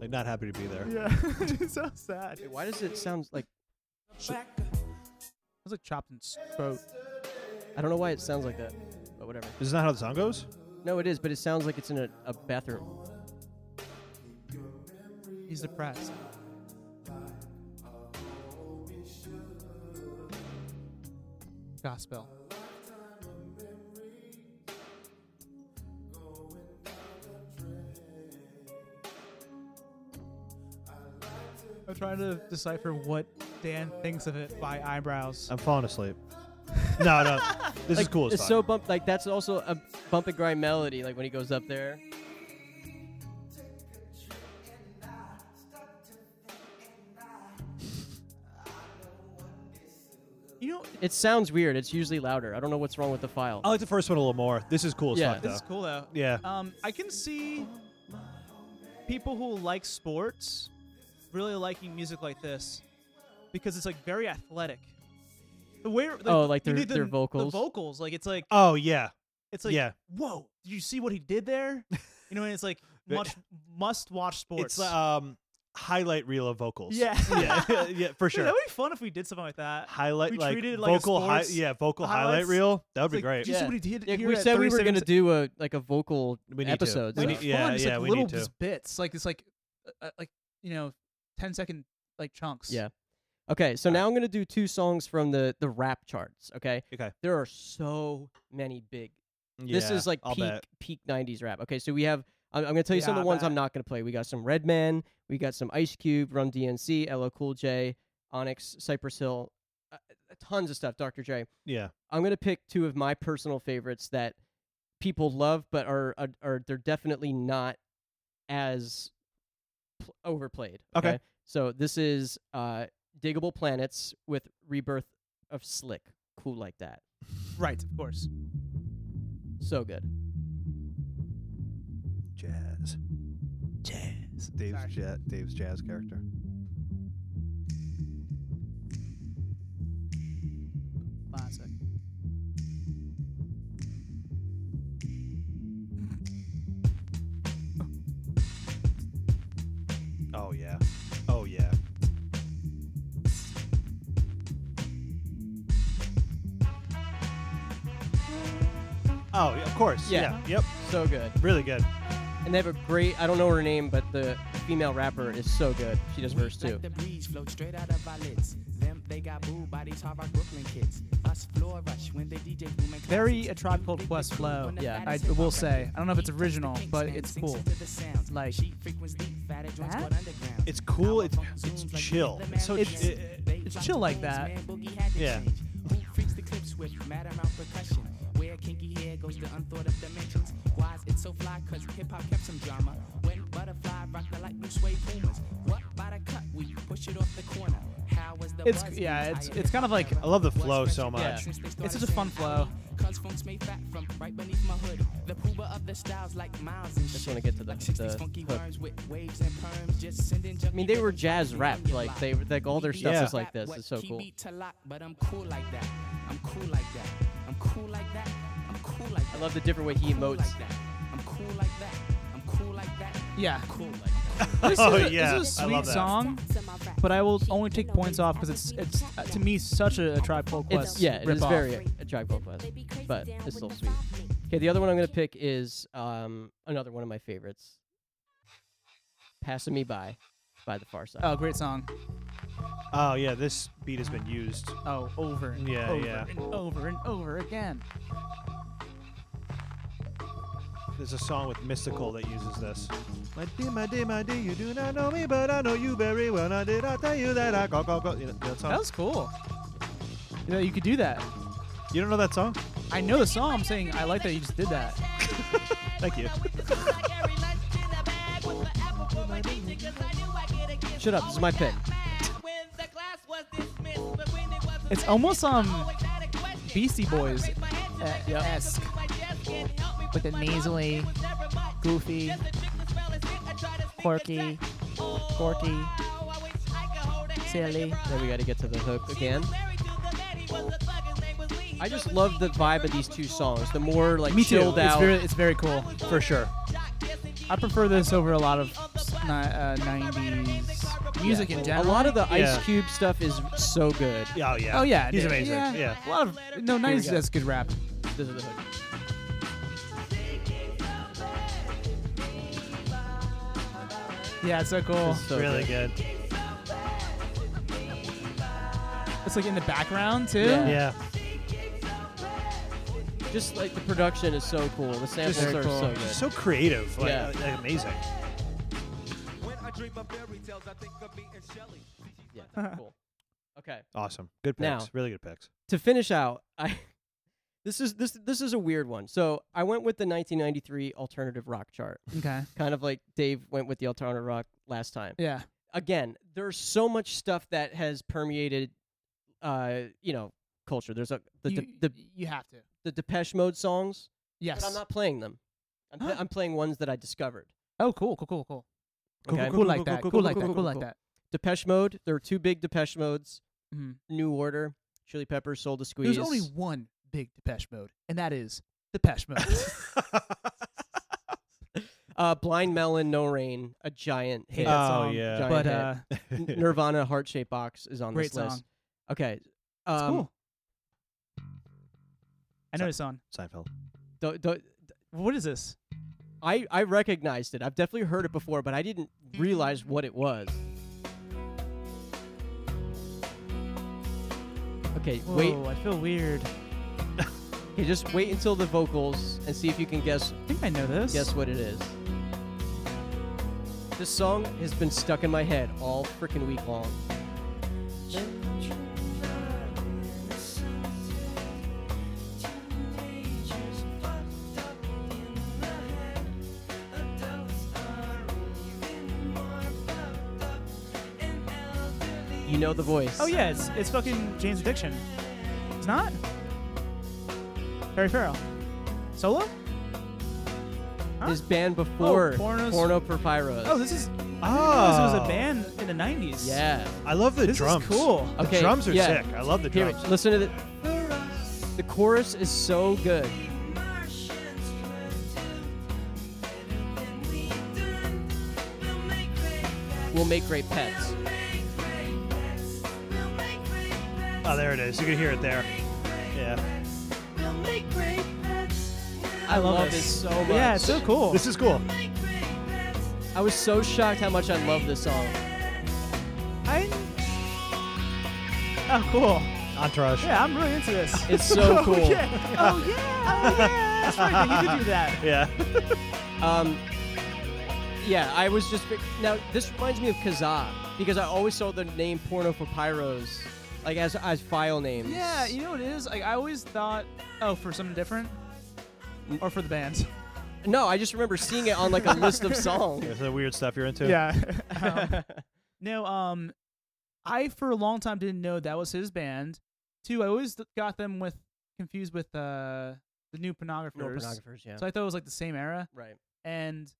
Like not happy to be there. Yeah, it sounds sad. Wait, why does it sound like Sounds like chopped and throat. I don't know why it sounds like that, but whatever. This is not how the song goes. No, it is, but it sounds like it's in a, a bathroom. He's depressed. Gospel. I'm trying to decipher what Dan thinks of it by eyebrows. I'm falling asleep. No, no. This is Like, cool as It's fuck. so bump like that's also a bump and grind melody, like when he goes up there. You know, It sounds weird. It's usually louder. I don't know what's wrong with the file. Oh, I like the first one a little more. This is cool as Yeah. fuck, this though. is cool though. Yeah. Um, I can see people who like sports really liking music like this because it's like very athletic. The way the, Oh, like you their- need the, their the vocals? vocals, like it's like Oh yeah. it's like yeah. whoa, did you see what he did there? You know, and it's like But- much must watch sports. It's um highlight reel of vocals. yeah, yeah, yeah, for Dude, sure. that would be fun if we did something like that. highlight we like treated it like a vocal sports yeah vocal highlight highlights. reel. That would It's be like, great. did you see what he did Yeah, here we at said we were 37 gonna do a like a vocal We need to. episode. We so- need- yeah, fun. It's yeah, like we little need to. just bits, like it's like uh, uh, like you know, 10 second like chunks. Yeah. Okay, so now I'm gonna do two songs from the the rap charts. Okay. Okay. There are so many big. this Yeah, is like I'll peak bet. peak '90s rap. Okay, so we have. I'm, I'm gonna tell you some Yeah, of I the ones I'm bet. not gonna play. We got some Redman. We got some Ice Cube, Run DNC, LL Cool J, Onyx, Cypress Hill, uh, tons of stuff. Dr. J. Yeah. I'm gonna pick two of my personal favorites that people love, but are are, are they're definitely not as pl- overplayed. Okay. So this is uh, Diggable Planets with Rebirth of Slick. Cool like that. Right, of course. So good. Jazz. Jazz. Dave's Sorry. jazz. Dave's jazz character. Classic. Oh yeah. Oh yeah. Oh, yeah, of course. Yeah. yeah. Yep. So good. Really good. And they have a great. I don't know her name, but the female rapper is so good. She does verse Like too. the breeze float straight out of our lids. Them, they got boo bodies, hard rock Brooklyn kids. Us floor rush when they DJ booming Very classics. a Tribe Called Big Quest Big flow. on the Yeah. fattest I hip will hop say. record. I don't know if it's He touch the original, kinks, but man, it's sinks cool. into the sounds. Like- She frequents deep, fatter joints called underground. It's cool. It's Our funk it's zooms like chill. Hitler It's so magazines. it's- it- They it's drop chill the like booms, that. man, Boogie had to Yeah. change. Who freaks the clips with mad amount percussion? Where kinky hair goes to unthought of dimensions. Why is it so fly? Cause hip hop kept some drama. When butterfly rock the light blue suede pumas. What by the cut? We push it off the corner. How was the It's buzz? yeah, it's I it's kind of like I love the flow so much. Yeah. It's such a fun flow. Cause phones made fat from right beneath my hood. The pooba of the styles like miles and Just shit. wanna get to the- like 60s the funky hook. worms with waves and perms. Just sending I mean, they were jazz rap. Like they like all their stuff Yeah. is like this. It's so cool. but I'm cool like that. I'm cool like that. I'm cool like that. I'm cool like that. I love the different way he I'm cool emotes. like that. I'm cool like that. I'm cool like that. yeah. I'm cool like that. This Oh, is a, yeah, This is a I sweet love that. song, but I will only take points off because it's it's uh, to me such a, a Tribe Called Quest. It's yeah, it is ripoff. very attractive, but it's still sweet. Okay, the other one I'm gonna pick is um another one of my favorites, "Passing Me By" by The Far Side. Oh, great song. Oh yeah, this beat has been used. Oh, over and Yeah, over yeah. and over and over again. There's a song with Mystical that uses this. My dear, my dear, my dear, you do not know me, but I know you very well. Now did I tell you that I go go go? You know, Oh. that song? That was cool. You know, you could do that. You don't know that song? I know the song. I'm saying I like that you just did that. Thank you. Shut up. This is my pick. It's almost um Beastie Boys esque with the nasally, goofy, quirky, quirky, silly. Then we got to get to the hook again. I just love the vibe of these two songs. The more like Me too. chilled It's out. very, it's very cool. For sure. I prefer this over a lot of s- ni- uh, 90s music Yeah. in general. A lot of the Yeah. Ice Cube stuff is so good. Oh yeah. Oh yeah, He's dude. amazing. Yeah. Yeah. a lot of no Here we nineties. go. That's good rap. This is the hook. Yeah, it's so cool. It's so Really good. It's like in the background too. Yeah. Just like the production is so cool. The samples Just- are Very cool. so good. So creative, like, yeah. uh, like, amazing. Yeah. cool. Okay. Awesome. Good picks. Now- really good picks. To finish out, I this is this this is a weird one. So I went with the 1993 alternative rock chart. Okay. Kind of like Dave went with the alternative rock last time. Yeah. Again, there's so much stuff that has permeated, uh, you know, culture. There's a the you, the, the you have to. the Depeche Mode songs. Yes. But I'm not playing them. I'm, pl- I'm playing ones that I discovered. Oh, cool, cool, cool, cool. Okay. Cool, cool, like that. Cool, like that. Cool, like that. Depeche Mode. There were two big Depeche Modes. Mhm. New Order, Chili Peppers, Soul to Squeeze. There's only one big Depeche Mode, and that is Depeche Mode. uh, Blind Melon, No Rain, a giant hit. Hate that Oh, song. yeah. But, Giant hit. N- Nirvana, Heart Shaped Box is on Great this list. song. Okay. Um, It's cool. I know this song. Seinfeld. do- do- What is this? I I recognized it. I've definitely heard it before, but I didn't realize what it was. Okay, wait. Whoa, I feel weird. Okay, just wait until the vocals and see if you can guess. I think I know this. Guess what it is. This song has been stuck in my head all freaking week long. You know the voice. Oh yeah, it's it's fucking Jane's Addiction. It's not. Harry Farrell. Solo. This band before Oh, Pornos- Porno Papyrus. Oh, this is. I didn't Oh. realize This was a band in the '90s. Yeah. I love the This is drums. cool. The Okay, drums are yeah. sick. I love the Here, drums. listen to the. The chorus is so good. We'll make great pets. Oh, there it is. You can hear it there. Yeah. I love, this so much. Yeah, it's so cool. This is cool. I was so shocked how much I love this song. I. Oh, cool. Entourage. Yeah, I'm really into this. It's so Oh, cool. yeah. Oh yeah. Oh yeah. That's right. You could do that. Yeah. Um, yeah, I was just now. This reminds me of Kazaa because I always saw the name Porno for Pyros, like as as file names. Yeah, you know what it is? Like I always thought, oh, for something different, or for the band. No, I just remember seeing it on like a list of songs. Yeah, so the weird stuff you're into. Um, no, um, I for a long time didn't know that was his band. Two, I always th- got them with confused with uh the new pornographers. Pornographers, yeah. So I thought it was like the same era, Right. and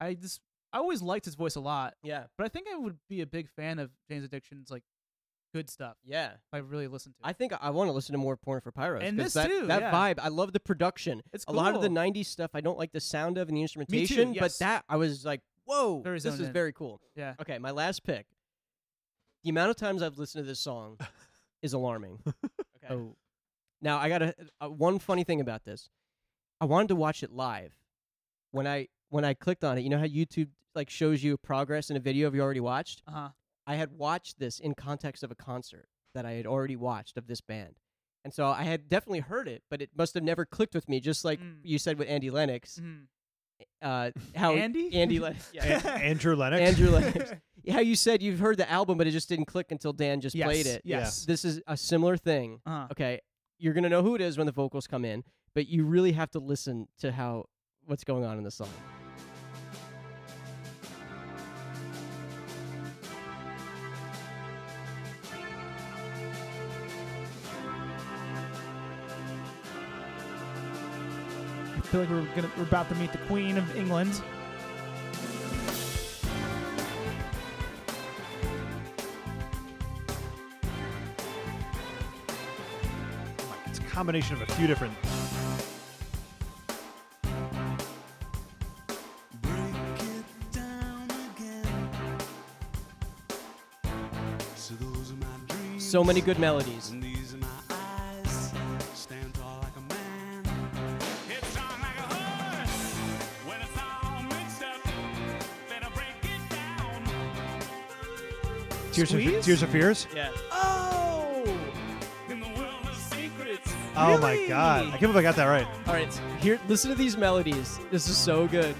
I just I always liked his voice a lot. Yeah. But I think I would be a big fan of Jane's Addiction's like good stuff. Yeah. If I really listened to. I think I want to listen to more porn for pyros. And 'cause this that, too, That yeah. vibe, I love the production. It's a lot of the cool. '90s stuff. I don't like the sound of and the instrumentation, but yes. that I was like, whoa, Very this zoned is in. very cool. Yeah. Okay, my last pick. The amount of times I've listened to this song is alarming. it. Oh. Now I got a, a one funny thing about this. I wanted to watch it live. When I when I clicked on it, you know how YouTube like shows you progress in a video you already watched. Uh huh. I had watched this in context of a concert that I had already watched of this band. Mm-hmm. And so I had definitely heard it, but it must have never clicked with me, just like you said with Andy Lennox. uh, how Mm. Andy? Andy Lennox, yeah. An- Andrew Lennox? Andrew Lennox. How you said you've heard the album, but it just didn't click until Dan just Yes, played it. Yeah. yes. This is a similar thing. Uh-huh. Okay, you're gonna know who it is when the vocals come in, but you really have to listen to how what's going on in the song. I feel like we're gonna we're about to meet the Queen of England. It's a combination of a few different. So many good melodies. Tears of, Squeeze? Tears of Fears? Yeah. Oh. Oh my god. I can't believe I got that right. All right, here, listen to these melodies. This is so good.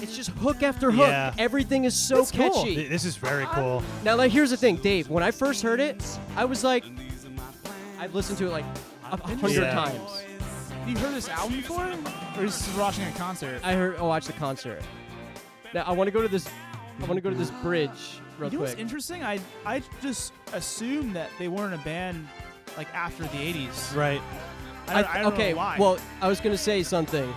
It's just hook after hook. Yeah. Everything is so catchy. Th- This is very cool. Now, like, here's the thing, Dave. When I first heard it, I was like, I've listened to it like a a hundred Yeah. times. you heard this album before, or is this watching a concert? I heard, I watched the concert. Now, I want to go to this. I want to go to this bridge real you know what's quick. interesting? I I just assumed that they weren't a band like after the '80s. Right. I don't, I- I don't okay, know why. well, I was gonna say something.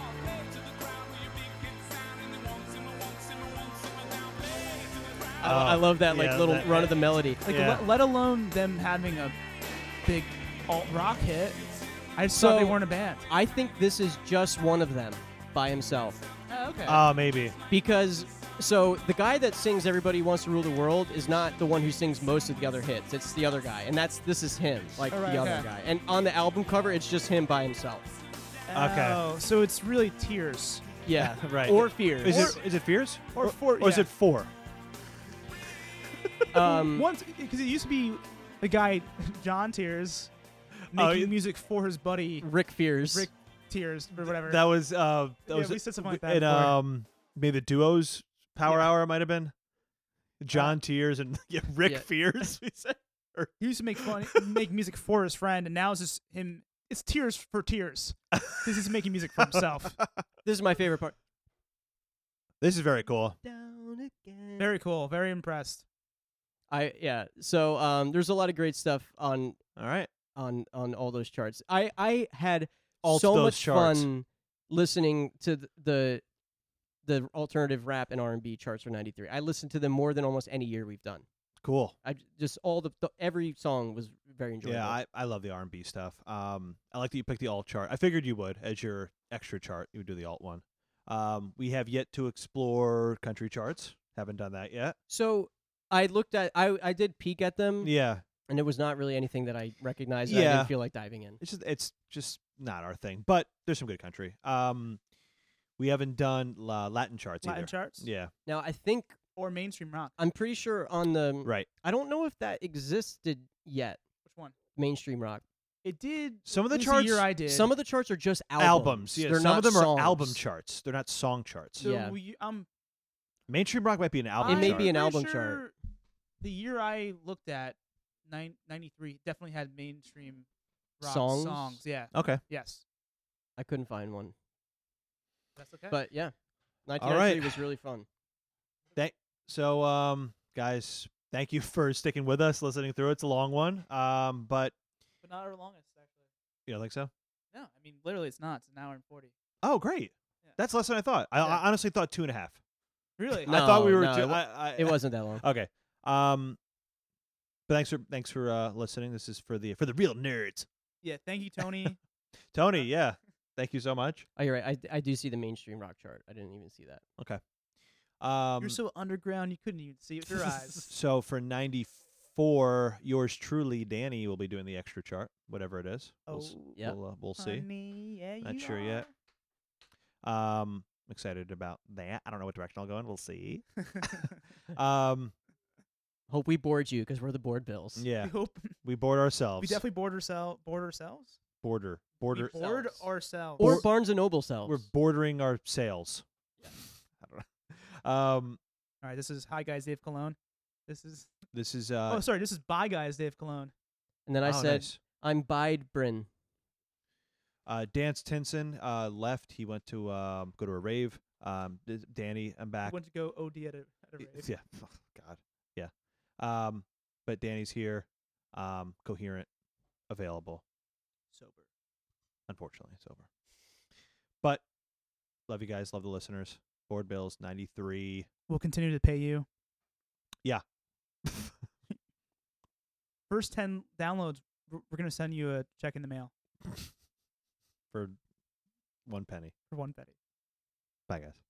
I, I Oh, love that like yeah, little that- run of the melody. like yeah. let, let alone them having a big alt rock hit. I just thought they So- weren't a band. I think this is just one of them by himself. Oh, okay. Oh, maybe. because so the guy that sings everybody wants to rule the world is not the one who sings most of the other hits it's the other guy and that's this is him like All right, the okay. other guy and on the album cover it's just him by himself okay. Oh, so it's really tears. yeah Right. or fear Is it is it Fears? Or four. Or is it four? um once because it used to be the guy John Tears Oh, making you- music for his buddy rick fears Rick Tears or whatever. That was uh that Yeah, was we said something like that in, before. um maybe the duos power hour it might have been. Uh, John Tears and yeah, Rick yeah. Fears, we said. Or- he used to make fun, make music for his friend, and now it's just him. It's tears for tears. This is making music for himself. this is my favorite part This is very cool. down again Very cool. Very impressed. i yeah so um there's a lot of great stuff on All right. on on all those charts. I I had Alt so those much charts. fun listening to th- the the alternative rap and R and B charts for '93. I listened to them more than almost any year we've done. Cool. I j- just all the, the every song was very enjoyable. Yeah, I, I love the R and B stuff. Um, I like that you picked the alt chart. I figured you would as your extra chart. You would do the alt one. Um, we have yet to explore country charts. Haven't done that yet. so I looked at I I did peek at them Yeah, and it was not really anything that I recognized. and I Yeah. didn't feel like diving in. it's just it's just not our thing. But there's some good country. Um, we haven't done la- Latin charts Latin either. charts Yeah, Now I think or mainstream rock. I'm pretty sure on the right. I don't know if that existed yet. Which one? Mainstream rock. It did. Some of the it was charts, year I did. Some of the charts are just albums. albums. Yeah, They're some not of them songs. are album charts. They're not song charts. So yeah. we, um, Mainstream rock might be an album. It may chart. be an pretty album sure chart. The year I looked at, nine, 93, definitely had mainstream rock Songs? Yeah. Okay. Yes. I couldn't find one. That's okay. But yeah, 1993 1993 was really fun. So, um, guys, thank you for sticking with us, listening through. It's a long one, um, but but not our longest actually. you don't think so? No, I mean literally, it's not. It's an hour and forty. Oh, great! Yeah. That's less than I thought. I, I honestly thought two and a half. Really? No, I thought we were. no, ju- it wa- I- I- It wasn't that long. okay. Um, but thanks for thanks for uh, listening. This is for the for the real nerds. Yeah. Thank you, Tony. Tony, yeah, thank you so much. Oh, you're right. I, d- I do see the mainstream rock chart. I didn't even see that. Um, You're so underground you couldn't even see it with your eyes. so for 94, yours truly, Danny, will be doing the extra chart, whatever it is. We'll, s- Oh, Yep. we'll, uh, we'll see. Honey, yeah, Not you sure yet. Um, excited about that. I don't know what direction I'll go in. We'll see. um, Hope we bored you because we're the bored bills. yeah. We hope- We board We ourselves. definitely board, oursel- board ourselves. border. Border. We board ourselves. Or Barnes and Noble selves. We're bordering our sales. I don't know. Um, All right, this is Hi Guys Dave Cologne. This is. this is. Uh, oh, sorry, this is Bye Guys Dave Cologne. And then I Oh, said, nice. "I'm Bide Bryn." Uh, Dance Tinson uh, left. He went to um, go to a rave. Um, D- Danny, I I'm back. went to go OD at a, at a Y- rave. Yeah. Oh, God. Yeah. Um, but Danny's here. Um, coherent, available. Sober. Unfortunately, it's over. But love you guys. Love the listeners. Board bills 93. We'll continue to pay you. Yeah. First 10 downloads, we're going to send you a check in the mail For one penny. for one penny. Bye, guys.